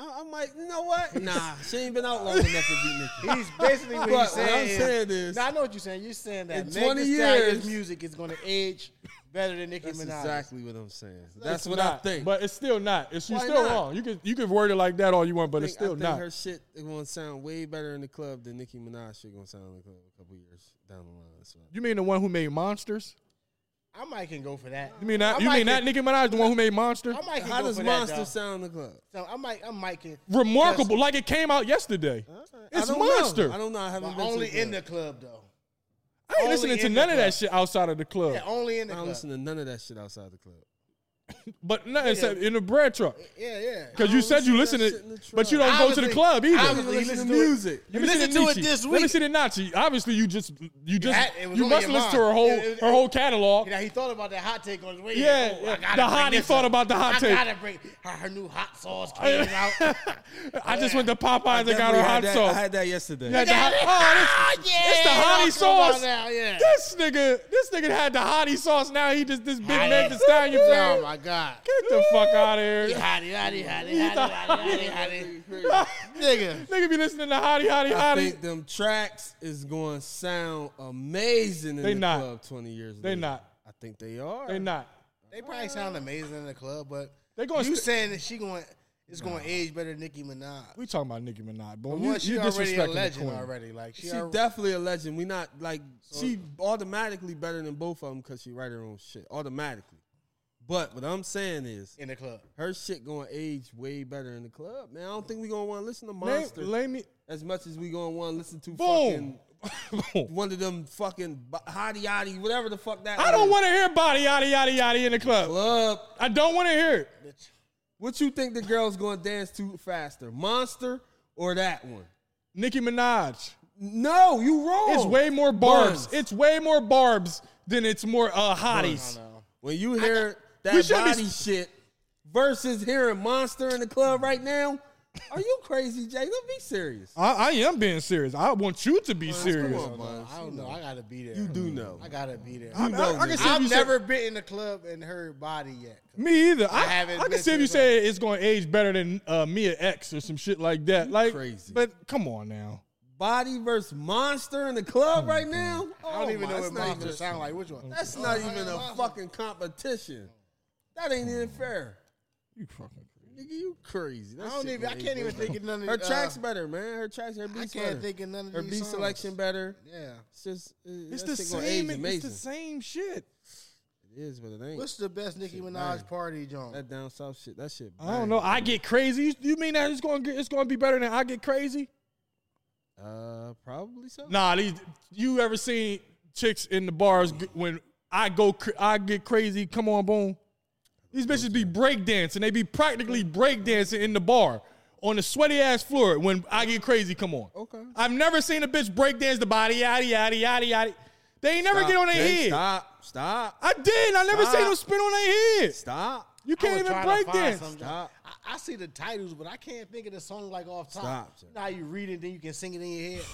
D: I, I'm like, you know what? [LAUGHS] Nah, she ain't been out long enough to beat Nicki.
A: He's
D: [LAUGHS]
A: basically what
D: But
A: he's
D: what
A: saying.
D: I'm
A: is-
D: saying is,
A: Now I know what you're saying. You're saying that
D: In
A: Megan
D: 20
A: Thee Stallion's
D: years-
A: music is going to age better than Nicki
D: that's
A: Minaj.
D: exactly what I'm saying.
B: It's
D: That's what
B: not,
D: I think.
B: But it's still not. It's you
D: Why
B: still
D: not?
B: wrong. You could you could word it like that all you want, but
D: I
B: it's
D: think, I
B: still
D: think
B: not.
D: her shit is gonna sound way better in the club than Nicki Minaj shit gonna sound in the club a couple years down the line. So.
B: You mean the one who made Monsters?
A: I might can go for that.
B: You mean
A: I
B: that? You
A: might
B: mean that
A: can-
B: Nicki Minaj, the one who made Monster?
A: I might can
D: How
A: go
D: does
A: for
D: Monster
A: that, dawg.
D: sound in the club?
A: So I might, I might can.
B: Remarkable, like it came out yesterday.
D: I
B: It's
D: don't
B: Monster.
D: Know. I don't know. I haven't
A: But
D: been
A: only
D: to the
A: in the
D: club.
A: club though.
B: I ain't
A: Only
B: listening to
A: in
B: none
A: the
B: of that
A: club.
B: shit outside of the club.
A: Yeah, only in the
D: I don't
A: club.
D: listen to none of that shit outside the club.
B: But nothing said in the bread truck.
A: Yeah, yeah.
B: Because you
D: don't
B: said you
D: listen
B: listen to,
D: to that shit in the truck.
B: but you don't go to the
A: Obviously-
B: club either.
A: obviously you
D: You listen
A: listen
D: to
A: to it-
D: music.
B: Let
A: you
B: me see
A: listen
B: the
A: to it
B: Nietzsche.
A: this
B: Let me
A: week.
B: see the Nachi. Obviously, you just you just
A: had- it was
B: you
A: on
B: must
A: your
B: listen to
A: mind.
B: her whole
A: It- it-
B: her whole catalog.
A: Now he thought about that hot take on his way.
B: Yeah,
A: oh, I
B: yeah.
A: gotta
B: The
A: bring
B: hot- he
A: this
B: thought
A: up.
B: about the hot
A: I
B: take.
A: gotta bring her, her new hot
B: [LAUGHS]
A: sauce came out.
B: I just went to Popeyes and got
D: Definitely
B: her
D: had
B: hot
D: that- I
B: sauce.
D: had that yesterday.
B: Had
A: [LAUGHS]
B: the hot- oh, this- it's the
A: Yeah,
B: hottie
A: I'll come on
B: sauce.
A: Now, yeah.
B: This nigga, this nigga had the hottie sauce. Now he just this big
A: Hottie.
B: Meg Thee Stallion
A: [LAUGHS] Oh
B: fan.
A: my god.
B: Get the fuck out of here.
A: Hottie, hottie, hottie, hottie, hottie,
B: [LAUGHS]
A: hottie, hottie. Nigga.
B: Nigga be listening to hottie, hottie,
D: I
B: hottie.
D: think them tracks is going to sound amazing in
B: They
D: the
B: not.
D: club 20 years
B: They
D: later.
B: not.
D: I think they are.
B: They not.
A: They probably sound amazing in the club, but
B: They gonna
A: you
B: st-
A: saying that she going it's going to age better than Nicki Minaj.
B: We talking about Nicki Minaj, but
A: But
B: you,
A: one, she
B: you
A: already
B: disrespecting
A: a
B: the
A: legend
B: queen.
A: already. Like she,
D: She
A: alre-
D: definitely a legend. We not like she automatically better than both of them because she write her own shit automatically. But what I'm saying is
A: in the club.
D: her shit gonna age way better in the club, man. I don't think we gonna want to listen to
B: Name,
D: Monster
B: let me
D: as much as we gonna want to listen to
B: boom.
D: fucking
B: [LAUGHS]
D: one of them fucking b- hottie hottie whatever the fuck that.
B: I don't
D: is.
B: want to hear body yada yada yada in the club.
D: club.
B: I don't want to hear it.
A: Bitch.
D: What you think the girl's gonna dance to faster, Monster or that one?
B: Nicki Minaj.
D: No, you wrong.
B: It's way more barbs.
D: Buns.
B: It's way more barbs than it's more
A: I
B: uh, hotties.
A: don't know.
D: When you hear
B: we
D: that
B: should be-
D: body shit versus hearing Monster in the club right now, are you crazy, Jay? Let's be serious.
B: I, I am being serious. I want you to be serious.
D: on,
A: I
D: man.
A: don't, know. I gotta be there.
D: You do know.
A: I gotta be there.
B: I,
A: i
D: You
B: I-
D: know
B: I can
D: this.
B: see if you
A: have
B: say-
A: never been in the club and heard body yet.
B: me either. I,
A: haven't
B: I can
A: been
B: see if
A: to
B: you
A: the
B: say it's going to age better than uh, Mia X or some shit like that. Like
D: crazy.
B: But come on now.
D: Body versus Monster in the club right now?
A: Mm-hmm.
D: Oh,
A: I don't even know what monster
D: Monster.
A: sound like. Which one?
D: That's not even a fucking competition. That ain't even fair.
B: You fucking crazy.
D: Nigga, you crazy. That
A: I don't
D: shit
A: even. I
D: gonna
A: can't
D: age
A: even
D: way
A: think of none of
D: better. Her
A: uh,
D: tracks better, man. Her tracks, her
A: I
D: beats
A: can't
D: better.
A: think of none of
D: Her
A: these
D: beat
A: songs.
D: selection better.
A: Yeah.
D: It's just uh,
B: It's the
D: that shit gonna age
B: same. It's
D: amazing.
B: the same shit.
D: It is, but it ain't.
A: What's the best Nicki Minaj party joint?
D: that down south shit? That shit.
B: I don't
D: bang.
B: know. I get crazy. You, you mean that it's going to it's going to be better than I get crazy?
D: Uh, probably so.
B: Nah, these you ever seen chicks in the bars g- when I go cr- I get crazy, come on boom. These bitches be breakdancing. They be practically breakdancing in the bar on the sweaty ass floor when I get crazy, come on.
D: Okay.
B: I've never seen a bitch breakdance the body yada yada yada yada. They ain't never get on their
D: Jay,
B: head.
D: Stop! Stop!
B: I did. I never seen
D: Stop.
B: them spin on their head.
D: Stop!
B: You
A: I
B: can't
A: was
B: even
A: trying to
B: break
A: find
B: dance.
A: something.
D: Stop!
A: I, I see the titles, but I can't think of the song like off top.
D: Stop, sir.
A: Now you read it, then you can sing it in your head.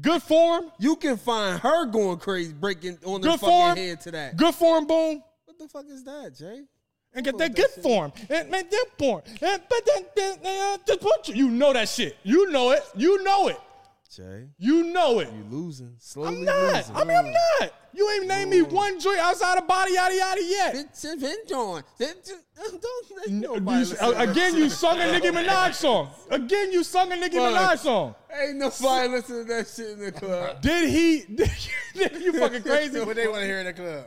B: Good form.
D: You can find her going crazy, breaking on the
B: Good
D: fucking
B: form.
D: head to that.
B: Good form, boom.
D: What the fuck is Oh, that, Jay?
B: and get that good form and make them porn. And but then, then, then, uh, just put you. You know that shit. You know it. You know it.
D: Jay,
B: You know it.
D: you losing. Slowly
B: I'm not.
D: losing.
B: I mean, I'm not. You ain't named me one joint outside of body yada yada yet.
D: It's a vent on. It's a- [LAUGHS] Don't let
B: You-
D: nobody listen to
B: again, you sung a
D: [LAUGHS]
B: Nicki Minaj song. Again, you sung a Nicki
D: Fuck.
B: Minaj song.
D: Ain't nobody listening to that shit in
B: [LAUGHS]
D: the club.
B: Did he? Did you, you fucking crazy?
A: What they want to hear in the club?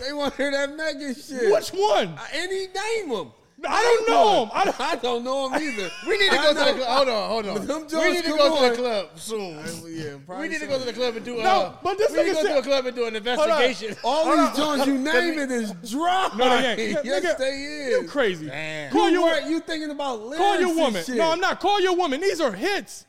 D: They want to hear that Megan shit.
B: Which one?
D: Uh, Any name them.
B: I don't know him. I don't-
D: I don't know
B: [LAUGHS]
D: him either.
A: We need to
D: I
A: go to
D: know-
A: the club. Hold on, hold
D: Them
A: on. We need
D: joints,
A: to
D: come
A: go to
D: on.
A: the club [LAUGHS] soon.
D: Yeah,
A: We
D: probably
A: need to
D: so.
A: go to the club and do.
B: No,
A: No,
B: but this
A: we need to
B: nigga
A: go to
B: said-
A: a club and do an
B: on.
A: investigation.
D: All
B: Hold
D: these joints you naming is dry.
B: No, they ain't.
D: [LAUGHS] Yes,
B: Nigga,
D: they
B: You
D: is.
B: crazy?
A: Damn.
B: Call
D: you,
B: your
D: wor- you thinking about lyrics
B: call your
D: and
B: woman.
D: Shit.
B: No, I'm not. Call your woman. These are hits.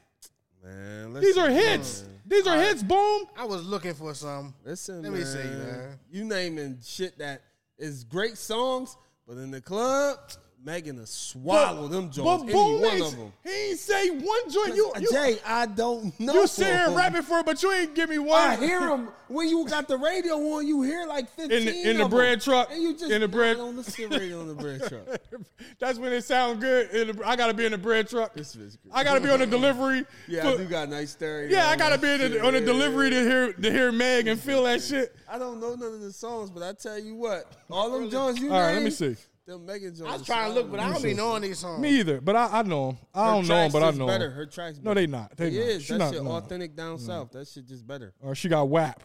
D: Man, listen,
B: These are hits.
D: man.
B: These are hits. Boom.
A: [LAUGHS] I was looking for some.
D: Listen,
A: Let me see, man.
D: You naming shit that is great songs, but in the club, Megan will swallow them
B: But
D: joints. Any
B: boom,
D: one
B: ain't-
D: of them.
B: he ain't say one joint. You, you,
D: Uh, Jay, I don't know.
B: you sit here
D: him.
B: rapping for it, but you ain't give me one.
D: I hear them when you got the radio on. You hear like fifteen
B: In the- in the
D: of 'em.
B: bread truck,
D: And you just
B: in the bread-
D: on the radio on the bread truck.
B: [LAUGHS] That's when it sound good. In the- I gotta be in the bread truck.
D: [LAUGHS] This is good.
B: I gotta be on the delivery.
D: [LAUGHS] Yeah, I
B: for-
D: do got nice stereo.
B: yeah, I
D: on
B: gotta
D: that
B: be in
D: shit.
B: the, on the
D: Yeah,
B: delivery
D: yeah,
B: to hear to hear Meg and feel that shit.
D: yeah. I don't know none of the songs, but I tell you [LAUGHS] what, all them Johns you
B: All right, let me
D: named,
B: see.
D: Them Megan Johns.
A: I was trying to look, but I don't be knowing these songs.
B: Me either, but I, I know him. I don't know him, but I know
D: better.
B: him.
D: Her tracks.
B: No,
D: better.
B: they not. They
D: It
B: not.
D: is.
B: She
D: that
B: not-
D: shit
B: no.
D: authentic down south. That shit just better.
B: Or she got WAP.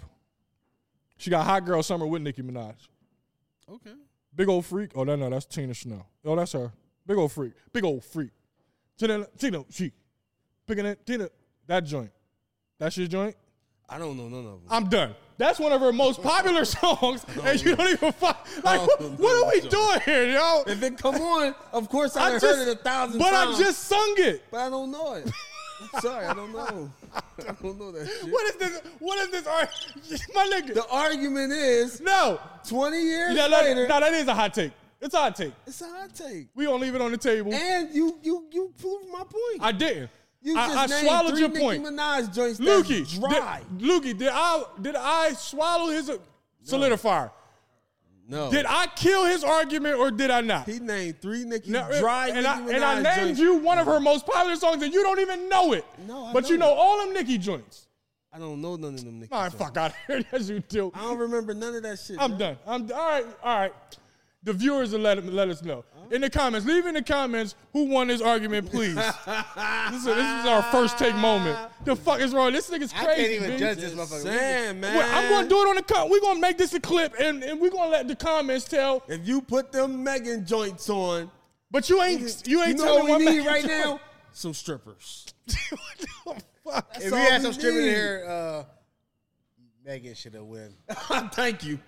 B: She got Hot Girl Summer with Nicki Minaj.
D: Okay.
B: Big old freak. Oh no, no, that's Tina Snow. Oh, that's her. Big old freak. Big old freak. Tina, Tina, she. Picking that Tina. That joint. That's your joint.
D: I don't know none of them.
B: I'm done. That's one of her most popular [LAUGHS] songs, and you don't even fuck. Like,
D: Oh,
B: what,
D: no,
B: what are we
D: Joe.
B: doing here, yo?
D: [LAUGHS] If it come on, of course I,
B: I
D: done
B: just,
D: heard it a thousand
B: but
D: times.
B: I just sung it.
D: but I don't know it. [LAUGHS] I'm sorry, I don't know. I don't know that shit.
B: What is this? What is this? Art? [LAUGHS] My nigga.
D: The argument is
B: no.
D: 20 years
B: Yeah, that-
D: later.
B: no, that is a hot take. It's a hot take.
D: it's a hot take.
B: We gonna leave it on the table.
D: And you you you proved my point.
B: I didn't.
D: you
B: I, I
D: named
B: swallowed
D: three
B: your
D: Nicki
B: point.
D: Minaj joints that's
B: Lukey,
D: dry.
B: Did, Lukey, did I did I swallow his uh, solidifier?
D: Oh. no.
B: Did I kill his argument or did I not?
D: he named three Nicki
B: No,
D: dry
B: and,
D: Nicki
B: I,
D: Minaj
B: and I named
D: joints.
B: you one of her most popular songs, and you don't even know it.
D: No, I
B: but you
D: know
B: know
D: it.
B: all them Nicki joints.
D: I don't know none of them Nicki
B: All right,
D: joints.
B: fuck out of here. [LAUGHS] Yes, you do.
D: I don't remember none of that shit.
B: I'm done. I'm all right. All right. The viewers will let let us know in the comments. Leave in the comments who won this argument,
D: [LAUGHS]
B: please. this, is, this is our first take moment. The fuck is wrong? This nigga's
A: I
B: crazy.
A: can't even
B: B.
A: judge this motherfucker.
D: Sam, man.
B: Well, I'm gonna do it on the cut. We're gonna make this a clip, and, and we're gonna let the comments tell.
D: If you put them Megan joints on,
B: But you ain't you ain't
D: you know
B: telling
D: what we
B: one
D: need
B: man-
D: right now? Some strippers.
B: [LAUGHS] What the fuck?
A: If
D: all
A: we had
D: we
A: some stripping
D: need.
A: here, uh, Megan should have won.
D: [LAUGHS] Thank you.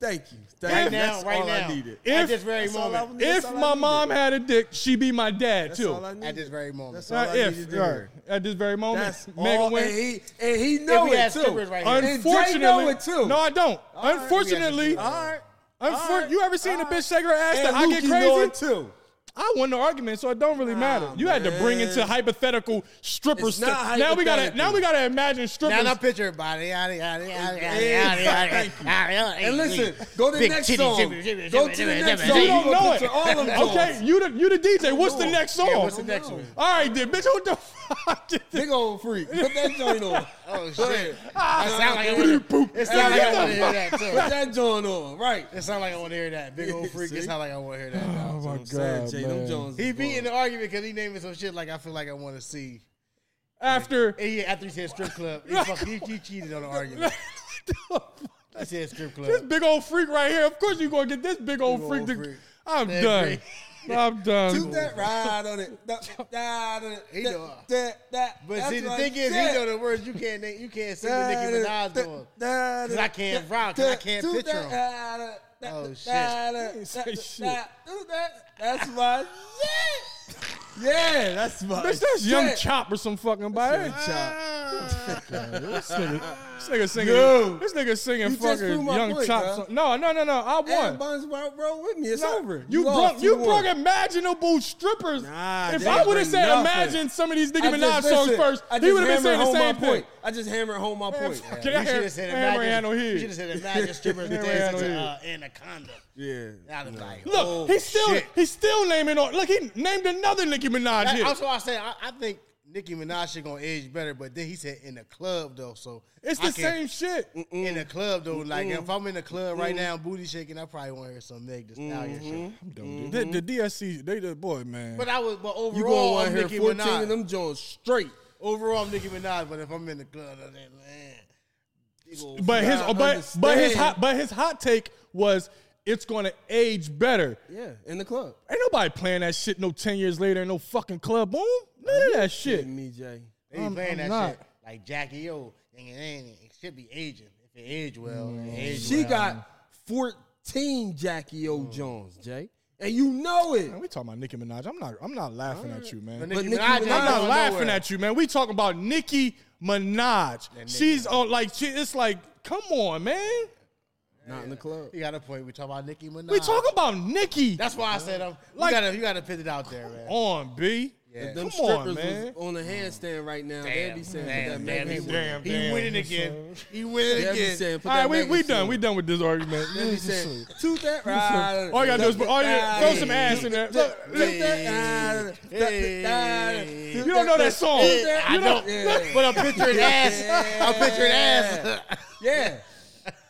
D: Thank you. Thank
A: Right
D: you.
A: now,
D: That's
A: right
D: all
A: now.
D: I needed.
A: At
B: If-
A: this very
D: That's all I
A: moment.
D: needed. That's
B: [LAUGHS] If
D: all I
B: my
D: needed.
B: mom had a dick, she be my dad
D: That's
B: too.
D: all I needed.
A: At this very moment.
D: That's
B: Uh,
D: all I
B: if
D: needed to
B: all right.
D: hear.
B: at this very moment,
D: That's
B: Megan
D: all, and
B: wins.
D: he and he know
A: we
D: it
A: had
D: too.
A: strippers right here.
D: And Jay know
B: Unfortunately,
D: it too.
B: no, I don't.
D: right.
B: Unfortunately,
A: All right.
B: unfor-
D: all right,
B: you ever seen
D: all
B: a bitch
D: right.
B: shake her ass
D: and
B: that I get
D: Lukey know it
B: crazy?
D: too.
B: I won the argument, so it don't really matter. You had to bring into
D: man.
B: hypothetical stripper
D: It's
B: stuff.
D: not
B: Now we gotta
D: hypothetical.
B: now we gotta imagine
A: Now
B: strippers.
A: I picture it, body, yada, yada, yada, yada,
D: Hey,
A: yada, yada,
D: thank you.
A: yada, yada.
D: And listen, go to the
A: Big
D: next
A: titty,
D: song.
A: jibby, jibby,
D: Go
A: jibby,
D: to the
A: jibby,
D: next
A: jibby,
D: song.
A: jibby.
B: you don't know it.
D: Picture all them joints.
B: okay, you the you the DJ. What's the next song?
A: Yeah, what's the next
D: no.
A: one?
B: All right, then, bitch. What the fuck?
D: Big old freak.
A: [LAUGHS]
D: Put that joint on.
A: Oh
D: Go
A: shit!
D: ahead.
A: I sound like I
B: Boop,
A: want
B: boop.
A: to. It sound like I want to hear that
D: Put
A: too.
D: that joint on. Right.
A: It sound like I want to hear that. Big old freak. It
D: [LAUGHS] See? Oh,
A: sound like I want to hear that. dog.
B: Oh my
D: I'm saying,
B: god,
D: Jay, them
B: man.
D: Jones.
A: He
D: is
A: beat in
D: gone.
A: the argument because he naming some shit like I feel like I want to see.
B: After
A: And he, after he said strip club, he, fuck, he, he cheated on the argument. He said strip
B: [LAUGHS] this
A: club.
B: big old freak right here. Of course you gonna get this big old
A: Big
B: freak.
A: old
B: to-
A: freak.
B: I'm
A: That
B: done.
A: freak.
B: [LAUGHS] I'm
D: Do
B: done.
D: that ride on it.
A: [LAUGHS]
D: That, ride on it.
A: He
D: That-
A: know.
D: That, that,
A: But
D: that's
A: see, the
D: my
A: thing is,
D: shit.
A: he know the words you can't name- you can't sing with Nicki Minaj doing.
D: Because
A: 'Cause I can't rock, 'cause I can't picture 'em. Oh, shit.
B: ain't say shit.
D: That's my shit. Yeah, that's my
B: Bitch, that's Young
D: shit.
B: Chop or some fucking body.
D: Young
B: Ah.
D: Chop.
B: [LAUGHS] This nigga, this nigga singing.
D: Yo.
B: This nigga singing
D: You just
B: fucking
D: proved my
B: Young
D: point,
B: Chop.
D: huh?
B: song. No, no, no, no. I
D: And
B: won.
D: Buns Wild Road with me. It's
B: No,
D: over.
B: You
D: lost
B: brought you
D: 2-1.
B: brought imaginable strippers.
D: Nah,
B: if
D: they
B: I would have
D: bring
B: said
D: nothing.
B: imagine some of these
D: I
B: Nicki
D: just-
B: Minaj songs
D: listen,
B: first,
D: I
B: he
D: just
B: would have been
D: hammered
B: saying the
D: home my
B: same thing.
D: point. I I just hammered home my point.
B: Can I
A: you should have said
B: hammer handle
A: imagine.
B: here?
A: You should have said
B: [LAUGHS]
A: imagine strippers
B: Hammer
A: dancing to
B: handle
A: uh, Anaconda.
D: Yeah.
A: I was like,
B: Look,
A: oh,
B: he's still
A: shit.
B: he's still naming on. Look, he named another Nicki Minaj
A: That,
B: here.
A: That's why I say I, I think Nicki Minaj should gonna age better, but then he said in the club though, so
B: it's
A: I
B: the
A: can't-
B: same shit.
A: in the club though. Like if I'm in the club right now, booty shaking, I probably want to hear some Meg Thee Stallion
B: Mm-hmm.
A: shit.
B: The, the DSC, they the boy man.
A: But I was, but
D: You gonna
A: overall,
D: want
A: I'm
D: to
A: Nicki
D: hear 14 of
A: Minaj.
D: them joints straight.
A: Overall, I'm Nicki Minaj. But if I'm in the club, I'm like, man,
B: But his
D: I
B: but but his
D: understand.
B: hot but his hot take was it's gonna age better.
D: Yeah, in the club.
B: Ain't nobody playing that shit no ten years later in no fucking club boom. None of that shit.
D: Kidding me, Jay.
A: they be
B: I'm-
A: playing
B: I'm
A: that
B: not.
A: shit like Jackie O. And it ain't. It should be aging. If it age well, it age
D: Mm, She
A: well.
D: got 14 Jackie O. Jones, Jay. And you know it.
B: Man, we talking about Nicki Minaj. I'm not I'm not laughing at you, man.
A: But Nicki
D: Nicki
A: Minaj, ain't
D: Minaj-
A: going
B: I'm not laughing
A: nowhere.
B: at you, man. We talking about Nicki Minaj. She's on like she, it's like, come on, man.
D: Not in the club.
A: You got a point. We talk about Nicki Minaj.
B: We talking about Nicki.
A: That's why I said I'm.
B: Like-
A: you gotta, you gotta put it out there, man.
B: on B.
A: Yeah.
D: Them
B: Come
D: strippers
B: on, man.
D: was on a handstand right now.
A: Damn,
D: They'd be saying,
A: damn,
D: put that
A: damn,
D: Meg
A: he-
D: Thee-
B: damn,
A: He
B: damn.
A: winning again. He winning
D: They'd be
A: again.
D: saying, put
B: All right,
D: that
B: we,
D: Meg
B: we
D: Thee-
B: done. We done with this argument.
D: They'd be saying, toot that ride.
B: [LAUGHS] All you gotta do is put- all you- throw some ass in there. Look,
D: Toot that ride. Toot that ride.
A: Hey.
D: Toot
B: You don't know that song.
D: Toot that-
A: I
B: You
A: don't.
D: Yeah.
A: [LAUGHS] But I'm picturing ass. I'm picturing ass.
D: Yeah.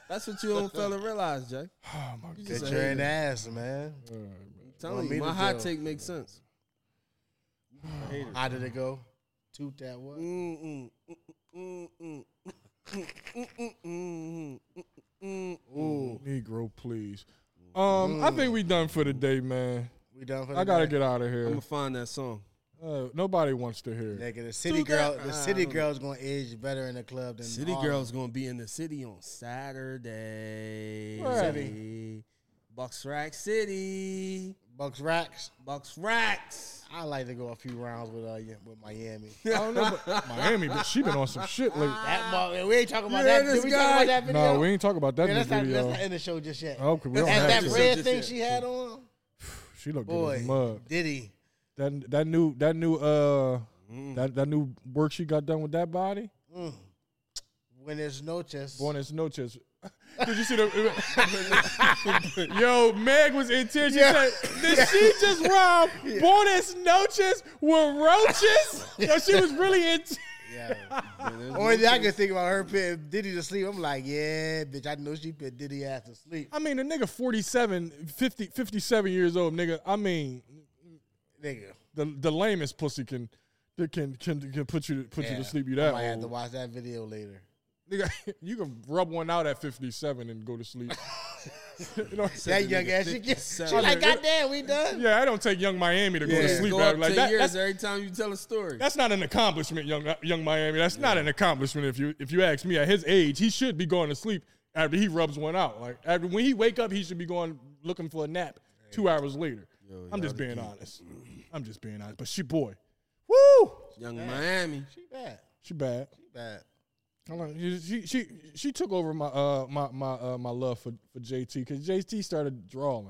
D: That's what you don't fella realize, Jay.
B: Oh my
D: You just a
A: Picturing
D: hater.
A: ass, man.
D: I'm
A: Want
D: telling
A: me
D: you, my
A: to go?
D: hot take makes sense.
A: How did it go? Toot that what?
B: Mm.
D: Mm-mm. Mm-mm. Mm-mm. Mm-mm.
B: Ooh. Negro, please. Um, I think we done for the day, man.
A: We done for the
B: I gotta
A: night?
B: get out of
D: I'm
B: here.
D: gonna find that song.
B: Uh, nobody wants to hear. it.
A: Nigga, the city
D: that-
A: girl, the
D: Ah,
A: city
D: I don't know.
A: girl's gonna age better in the club than
D: City
A: Harlem.
D: Girl's gonna be in the city on Saturday.
B: Right.
D: Bucks Rack City.
A: Bucks racks.
D: Bucks Racks.
A: I like to go a few rounds with uh yeah, with
B: [LAUGHS]
A: Miami.
B: I don't know, but Miami, but she been on some shit lately.
A: that mo- we ain't talking about
D: You
A: that.
D: hear
A: Did
D: this
A: we talk
D: guy?
A: about that video?
B: No, we ain't talk about that
A: Yeah,
B: in the
A: that's, not,
B: video.
A: that's not in the show just yet.
B: Oh, 'cause we don't
A: And
B: have
A: that
B: to.
A: red
D: Just
A: thing
D: yet.
A: she had on,
B: She looked good as a
A: boy,
B: mug.
A: Diddy.
B: That that new that new uh
A: Mm.
B: that that new work she got done with that body.
A: When there's no chest,
B: Buenas noches. [LAUGHS] Did you see the? [LAUGHS] Yo, Meg was in tears. She said, "Did she just
A: [LAUGHS]
B: rhyme Buenas noches with roaches?" Yo, she was really in. tears. [LAUGHS]
A: yeah. Only thing I can think about her putting Diddy to sleep. I'm like, yeah, bitch. I know she put Diddy ass to sleep,
B: I mean, a nigga 47, 50, 57 years old, nigga. I mean,
A: nigga.
B: the the lamest pussy can that can can can put you put you
A: Yeah.
B: to sleep. You
A: I
B: that
A: might have to
B: old.
A: watch that video later.
B: nigga, [LAUGHS] you can rub one out at fifty seven and go to sleep. you know,
A: That young ass, she, get- she like, goddamn, we done.
B: yeah, I don't take young Miami to go to
D: Yeah,
B: sleep
D: go
B: at
D: up
B: it like
D: 10
B: that.
D: years
B: That's,
D: every time you tell a story.
B: that's not an accomplishment, young uh, young Miami. That's not an accomplishment if you if you ask me. At his age, he should be going to sleep after he rubs one out. Like after when he wake up, he should be going looking for a nap two hours later. I'm just being honest. I'm just being honest. But she boy, woo,
D: Young Miami.
A: She bad,
B: she bad.
A: she bad.
B: I like- She she she took over my uh my my uh, my love for for JT because JT started drawing.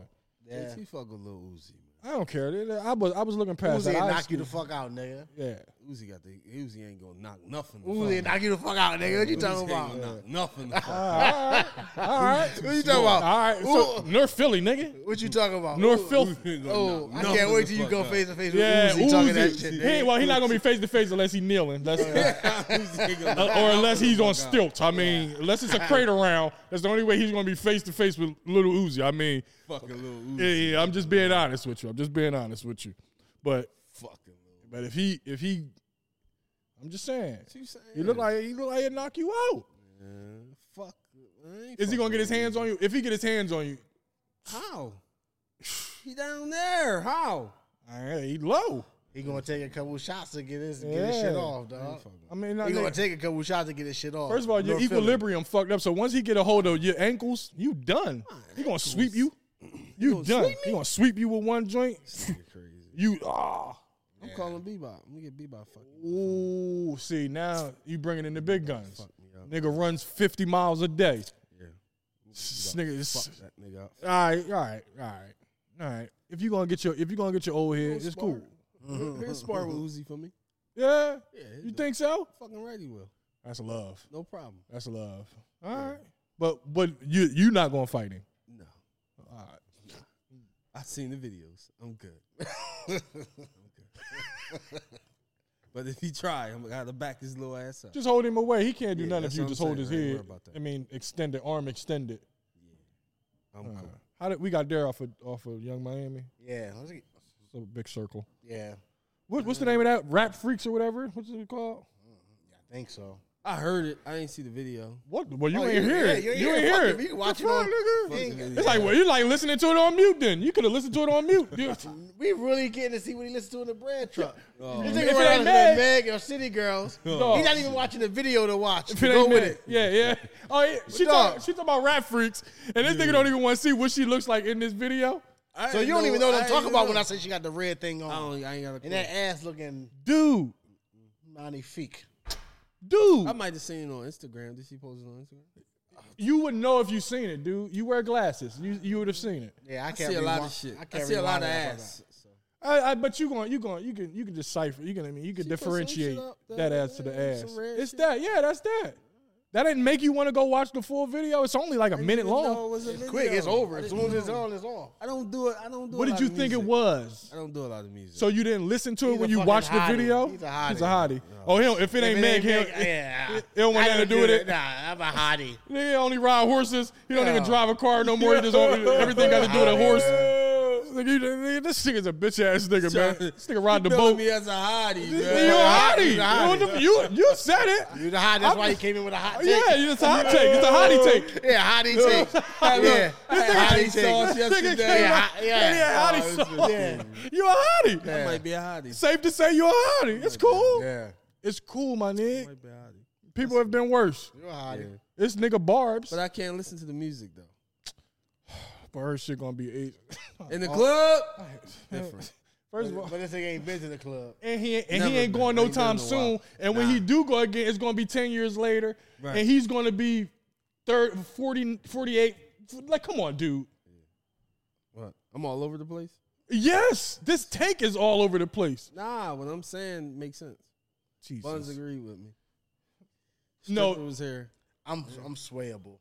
A: Yeah.
D: She fuck with Lil Uzi.
B: I don't care. I was I was looking past
A: Uzi
B: that. I
A: knock you the
B: excuse-
A: fuck out, nigga.
B: yeah.
D: Man. Uzi got the Uzi ain't gonna knock nothing. the fuck
A: Uzi knock you the fuck out, nigga. What you
D: out. Uzi
A: talking
D: ain't
A: about?
D: gonna knock nothing. the fuck out.
B: All right. All [LAUGHS] right.
A: What you talking about?
B: All right. So,
A: Ooh.
B: North Philly, nigga.
A: What you talking about?
B: North
A: Ooh.
B: Philly. [LAUGHS]
D: He ain't gonna
A: Oh,
D: knock
A: I
D: nothing
A: can't wait
D: the
A: till you
D: fuck
A: go
D: out.
A: face to face with
B: Yeah,
A: Uzi talking that
B: Uzi.
A: shit.
B: He
A: nigga.
B: ain't- well, he's not gonna be face to face unless he's
A: [LAUGHS]
B: kneeling. That's
D: [LAUGHS] Uzi ain't gonna
B: uh,
D: knock
B: or
D: nothing
B: unless
D: the
B: he's
A: Oh,
D: fuck
B: on
D: out.
B: stilts. I mean, unless it's a crater round. That's the only way he's gonna be face to face with little Uzi. I mean,
D: Fucking Lil Uzi.
B: yeah, yeah. I'm just being honest with you. I'm just being honest with you. But
D: Fucking Lil.
B: But if he, if he, I'm just saying,
D: What you saying?
B: he look like he look like he'll knock you out.
D: Man, fuck. I ain't
B: Is he gonna
D: fucking
B: get his
D: Lil
B: hands on you? If he get his hands on you,
A: [SIGHS]
D: Uzi. How? He down there. How?
B: all right, he low.
A: He gonna take a couple shots to get his get his
B: Yeah.
A: shit off, dog.
B: I mean, not
A: He gonna
B: nigga,
A: take a couple shots to get his shit off.
B: first of all, your
A: North Philly.
B: equilibrium fucked up. So once he get a hold of your ankles, you done. He gonna sweep
D: [CLEARS THROAT]
B: you. You
D: gonna
B: done.
D: sweep me?
B: He gonna sweep you with one joint.
D: crazy.
B: You ah.
D: I'm calling Bebop. I'm gonna get Bebop fucking.
B: Ooh, see now you bringing in the big guns. Nigga runs fifty miles a day.
D: Yeah.
B: This nigga,
D: Fuck
B: is-
D: that nigga up.
B: All right, all right, all right, all right. If you gonna get your if you gonna get your old head, it's cool.
D: Here's spar with Uh-huh. Uzi for me.
B: Yeah,
D: Yeah,
B: you think so?
D: Fucking right he will.
B: That's love.
D: No problem.
B: That's love. All right. But but you you not gonna fight him.
D: No.
B: All right.
D: I've seen the videos. I'm good. [LAUGHS] I'm good. but if he try, I'm gonna have to back his little ass up.
B: Just hold him away. He can't do
D: Yeah,
B: nothing if
D: that's
B: you
D: what
B: just
D: I'm
B: hold
D: saying.
B: his
D: I ain't
B: head.
D: worried about that.
B: I mean, extended arm extended.
D: I'm
A: Uh-huh.
B: Uh,
D: cool.
B: how did we got there off of off of Young Miami?
A: Yeah. let's get-
B: It's a big circle.
A: Yeah.
B: What, what's the name of that? Rap freaks or whatever? What's it called?
A: I think so.
D: I heard it. I ain't see the video.
B: What? Well, you
A: Oh,
B: ain't hear
A: yeah,
B: it.
A: you
B: You
A: ain't hear it.
B: ain't hear
A: Fuck
B: it.
A: it. You can watch
B: The
A: it on-
B: fuck, nigga?
A: Fuck it.
B: It's like well, you like listening to it on mute. Then you could have listened to [LAUGHS] it
A: [LAUGHS]
B: on mute. You-
A: We really getting to see what he listens to in the bread truck.
D: Oh.
A: You
B: If
A: think
B: it
A: about
B: ain't
A: Meg.
B: Meg-
A: Meg or City Girls?
B: Dog.
A: He's not even watching the video to watch.
B: If
A: To
B: it
A: go
B: ain't
A: with
B: that.
A: it. [LAUGHS]
B: Yeah, yeah. Oh, yeah. she
A: dog-
B: talk, she talking about rap freaks, and this nigga don't even want to see what she looks like in this video.
D: I
A: So
D: ain't
A: you don't even know what
D: I
A: I'm
D: ain't
A: talking about when I
D: know.
A: say she got the red thing
D: I
A: on
D: don't. I ain't got a clue.
A: and that ass looking
B: Dude,
A: magnifique.
B: dude,
D: I might have seen it on Instagram. Did she post it on Instagram?
B: you would know if you seen it, dude. You wear glasses, you you would have seen it.
A: Yeah, I
D: I
A: can't
D: see a lot
A: rewind-
D: of shit.
A: I,
D: I
A: can't
D: see a lot
A: rewind
D: of
A: that.
D: ass. So.
B: I, I but you going you going you can you can decipher. You can I mean you can
D: She put some
B: differentiate
D: shit up
B: that,
D: there,
B: ass to the
D: yeah,
B: ass.
D: some red
B: It's
D: shit.
B: that, yeah, that's that. That didn't make you want to go watch the full video. It's only like a minute long.
A: It's quick, it's over. As soon as it's on, it's off.
D: I don't do it. I don't do.
B: What
D: a
B: did
D: lot
B: you
D: of
B: think it
D: music.
B: was?
D: I don't do a lot of music.
B: So you didn't listen to
A: He's
B: it
A: a
B: when you
A: fucking
B: watched the
A: hottie.
B: video?
A: He's a hottie.
B: He's a hottie. Oh, he don't, if it
A: If
B: ain't
A: it
B: Meg,
A: ain't
B: he don't,
A: Meg, yeah.
B: it don't want
A: I
B: nothing to do
A: don't
B: with
A: do
B: it.
A: Nah, I'm a hottie.
B: Nigga only ride horses. He don't even
A: Yeah.
B: drive a car no more. He
A: [LAUGHS]
B: just on, everything got to do with a horse. Nigga, you- nigga, this nigga's a bitch ass nigga, man. This nigga ride the
D: You billing
B: boat.
D: me as a hottie,
B: You a
D: man.
B: hottie.
A: He's a hottie.
B: You know what the- You you said it.
A: You the hot. That's
B: I'm- Oh,
A: why you came in with a hot take.
B: Yeah, it's a hot take. It's a hottie take.
A: Yeah, hottie take. Yeah, hottie
D: sauce
A: take.
B: Nigga
D: yesterday.
B: came
A: Yeah,
B: out-
A: hot- yeah.
B: yeah,
A: Oh,
B: hottie
A: it's
B: sauce. You a hottie.
D: I might be a hottie.
B: Safe to say you a hottie. It's cool.
A: Yeah,
B: It's cool, my nigga.
D: might be a hottie.
B: People have been worse.
A: you a hottie.
B: This nigga Barb's.
D: But I can't listen to the music though.
B: But her shit gonna be eight.
D: In the club, different.
B: [LAUGHS] First of all,
A: But this nigga ain't been to the club.
B: and he and
D: Never
B: he ain't
D: been.
B: going no
D: Ain't been
B: time
D: in a
B: soon.
D: while.
B: And when he do go again, it's gonna be ten years later,
D: Right.
B: and he's gonna be third, 40, 48. Like, come on, dude.
D: What? I'm all over the place.
B: Yes, this take is all over the place.
D: Nah, what I'm saying makes sense. Buns
B: Jesus.
D: agree with me.
B: No.
D: Stripper was here.
A: I'm I'm swayable.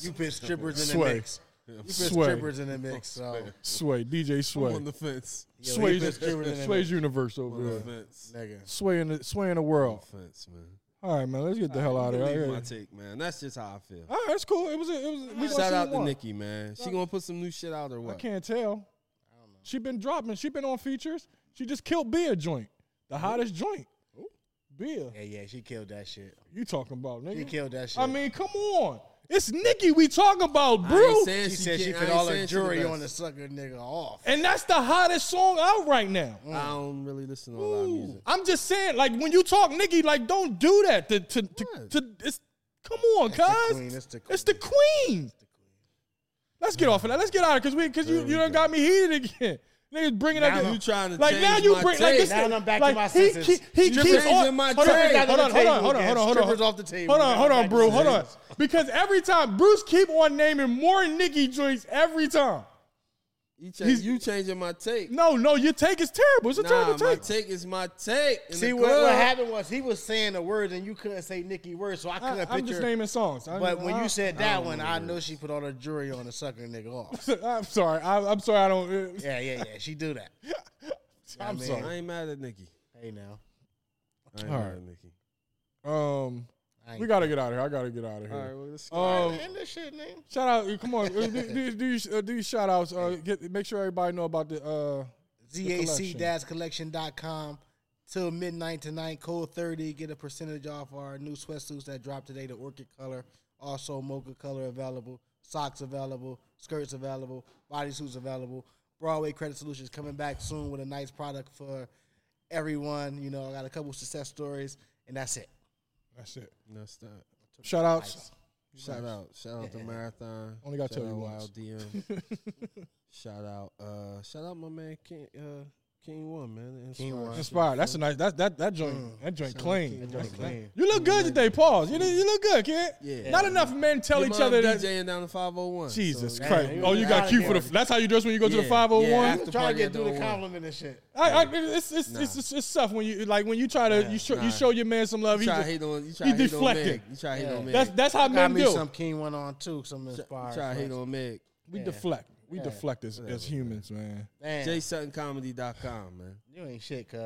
A: You put
B: [LAUGHS]
A: strippers in
B: Sway.
A: the mix. You put
B: Sway.
A: strippers in the mix. So
B: Sway, DJ
D: I'm
B: Sway.
D: on the fence.
A: Yeah,
B: Sway's,
A: he put
B: [LAUGHS]
A: strippers in the
B: Sway's universe
D: I'm on
B: over
D: the
B: there.
D: fence.
A: nigga.
B: Sway in the sway in the
D: On
B: world.
D: the fence, man.
B: All right, man. Let's get the hell out of
D: Leave
B: here. All
D: my
B: right,
D: take, man. That's just how I feel.
B: All right, it's cool. It was. A, it was. we gonna
D: Shout
B: see
D: out to
B: one.
D: Nikki, man. She gonna put some new shit out or
B: I
D: what?
B: can't tell. I don't know. She been dropping. She been on features. She just killed Bia joint, the hottest joint. Bia,
A: Yeah, yeah, she killed that shit.
B: you talking about nigga?
A: She killed that shit.
B: I mean, come on. It's Nikki we talking about,
D: I ain't
B: bro.
D: saying
A: she said she
D: can't- I
A: put
D: ain't
A: all her
D: saying she the
A: jewelry
D: best.
A: on the sucker nigga off.
B: And that's the hottest song out right now.
D: I don't really listen to a lot of music.
B: I'm just saying, like when you talk Nikki, like don't do that. To to to,
D: What?
B: to it's come on, cuz.
A: queen, it's the
B: It's the queen. Let's get off of that. Let's get out of because we because you you done got me heated again. [LAUGHS] Niggas bringing
D: Now
B: up
D: you trying to
B: like
D: change
B: now you
D: my
B: bring like
D: take.
B: this
A: Now
B: nigga-
A: I'm back to
B: like,
A: my
B: he,
A: senses.
B: keep- he
D: You're
B: keeps
D: changing
B: on
D: my
B: hold on,
D: take.
B: hold on,
A: Strippers
B: hold on,
A: off the table,
B: hold on, hold on, hold on,
A: strippers off the table.
B: Hold on, hold
A: Back
B: on,
A: to
B: bro,
A: the
B: hold on.
A: senses.
B: Because every time Bruce keep on naming more Nikki joints every time.
D: You, cha-
B: He's-
D: you changing my take.
B: No, no, your take is terrible. It's a
D: nah,
B: terrible
D: my
B: take.
D: take is my take. in
A: See
D: the
A: what, what
D: club.
A: happened was he was saying the words and you couldn't say Nikki words, so I couldn't
B: I,
A: picture.
B: am just naming songs. I-
A: but when
B: I-
A: you said that one, I know she put all her jewelry on the sucker nigga off.
B: [LAUGHS] I'm sorry. I, I'm sorry. I don't.
A: yeah, yeah, yeah. She do that.
B: [LAUGHS] I'm
A: man.
B: sorry.
D: I ain't mad at Nikki.
A: Hey now.
D: I ain't
B: All
D: mad
B: right.
D: at Nikki.
B: Um,
A: I
B: we gotta get out of here. I gotta get out of
D: All right,
B: here.
D: well, let's
B: Um,
A: end this shit, nigga.
B: shout out. Come on. uh, do, do, do, your- uh, do your shout outs. Uh, get, make sure everybody know about the. Uh,
A: ZAC-collection.com till midnight tonight, code 30. Get a percentage off our new sweatsuits that dropped today, the orchid color. Also mocha color available, socks available, skirts available, bodysuits available. Broadway Credit Solutions coming back soon with a nice product for everyone. You know, I got a couple success stories, and that's it.
B: that's it.
D: That's that.
B: Shout outs.
D: Shout out, shout out to Marathon.
B: Only gotta
D: Shout
B: tell you
D: out
B: once.
D: Wild DM. shout out, uh, shout out my man Ken, uh,
F: King One, man. the
A: King
F: Inspired.
A: One.
B: Inspired. That's a nice. That that that joint.
D: Mm.
B: That joint clean.
A: That joint
B: That's
A: clean.
B: clean. You look good today. Pause. You, you look good, kid.
D: Yeah.
B: Not enough men tell
D: Your
B: each
D: mom
B: other that.
D: DJing down oh the 501.
B: Jesus
A: Yeah,
B: Christ.
A: you
B: oh, you got
A: outta
B: cute for the.
A: here.
B: That's how you dress when you go to the
D: Yeah,
B: five hundred
D: yeah,
B: one.
D: after-
A: Trying
D: party
A: to get
D: at the
A: through the
D: old-
A: compliment and shit.
B: I, I, it's, it's, it's, it's, it's tough when you like when you try to you show,
D: nah.
B: you show your man some love. He
D: You try to
B: just-
D: hate on, you try
B: he
D: to hate on
B: deflected.
D: Meg. You try to hate on Meg.
B: that's that's how
A: Got
B: men
A: me
B: do.
A: some King One on too. Some
D: you
A: inspired.
D: try to hate
A: folks.
D: on Meg.
B: we deflect. We deflect as, as humans, man.
A: Damn,
D: JaySuttonComedy.com, man.
A: you ain't shit, cuz.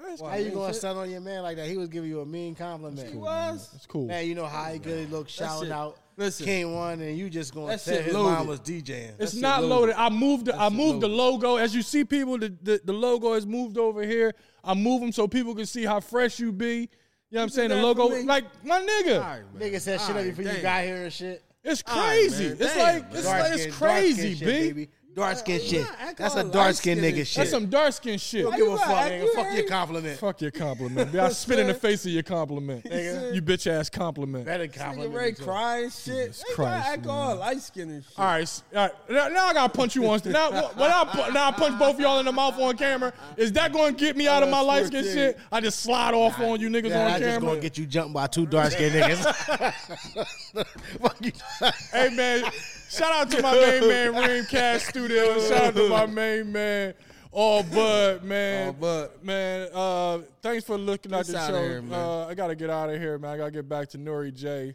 B: That's
A: How you
B: cool.
A: gonna settle on your man like that? He was giving you a mean compliment.
D: was.
B: That's cool.
A: Man, you know how he good look, shouting
D: shit-
A: out
D: listen.
A: King One, and you just gonna
D: That
A: tell
D: shit
A: his
D: loaded.
A: mom was DJing.
B: It's
D: shit
B: not loaded.
D: loaded.
B: I moved. I
D: shit
B: moved the
D: loaded.
B: logo. As you see, people, the, the, the logo is moved over here. I move them so people can see how fresh you be. You know what I'm saying? The
D: that
B: logo,
D: for me?
B: like my nigga,
D: All right, man.
A: Nigga said shit up
D: All right,
A: before you
D: damn.
A: got here and shit.
B: it's
D: All right,
B: crazy.
D: man.
B: it's
D: Damn,
B: like
D: man.
B: it's
A: Dark
B: like
A: skin-
B: it's
A: dark skin
B: crazy,
A: shit,
B: B.
A: baby. Dark skin shit.
D: not acting
A: That's a
D: all
A: dark skin
D: light-skinned
A: nigga
D: and
A: shit.
B: That's some dark skin shit.
A: Don't give a
D: You gotta
A: fuck,
D: act-
A: nigga.
D: you
A: Fuck your
D: ain't-
A: compliment.
B: Fuck your compliment. B. I spit in the face of your compliment.
A: Nigga.
B: You bitch ass compliment.
A: Better
D: Nigga
A: compliment.
D: Ray
A: too.
D: crying shit.
B: Jesus
D: They got
B: Christ,
D: act all light skinned and shit.
B: All right, s- all right. Now, now I gotta punch you once. Now, when I pu- now I punch both y'all in the mouth on camera, is that gonna get me out of my
D: That's
B: life skin
D: worth
B: shit?
D: it.
B: I just slide off on you niggas
A: Yeah,
B: on
A: I just
B: camera.
A: gonna get you jumped by two dark [LAUGHS] skinned niggas. Fuck you.
B: hey man, shout out to my main man Rimcast Studio. Shout out to my main man. All but man,
D: All Bud.
B: man. Uh, thanks for looking at
D: It's
B: the
D: outta
B: show.
D: here, man.
B: uh, I gotta get out of here, man. I gotta get back to Nori J.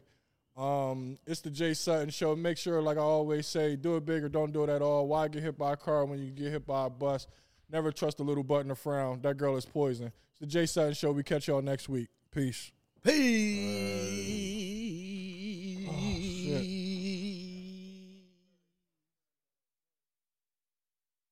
B: Um, it's the Jay Sutton Show. Make sure, like I always say, do it big or don't do it at all. Why get hit by a car when you get hit by a bus? Never trust a little button to frown. That girl is poison. It's the Jay Sutton Show. We catch y'all next week. Peace.
A: Peace.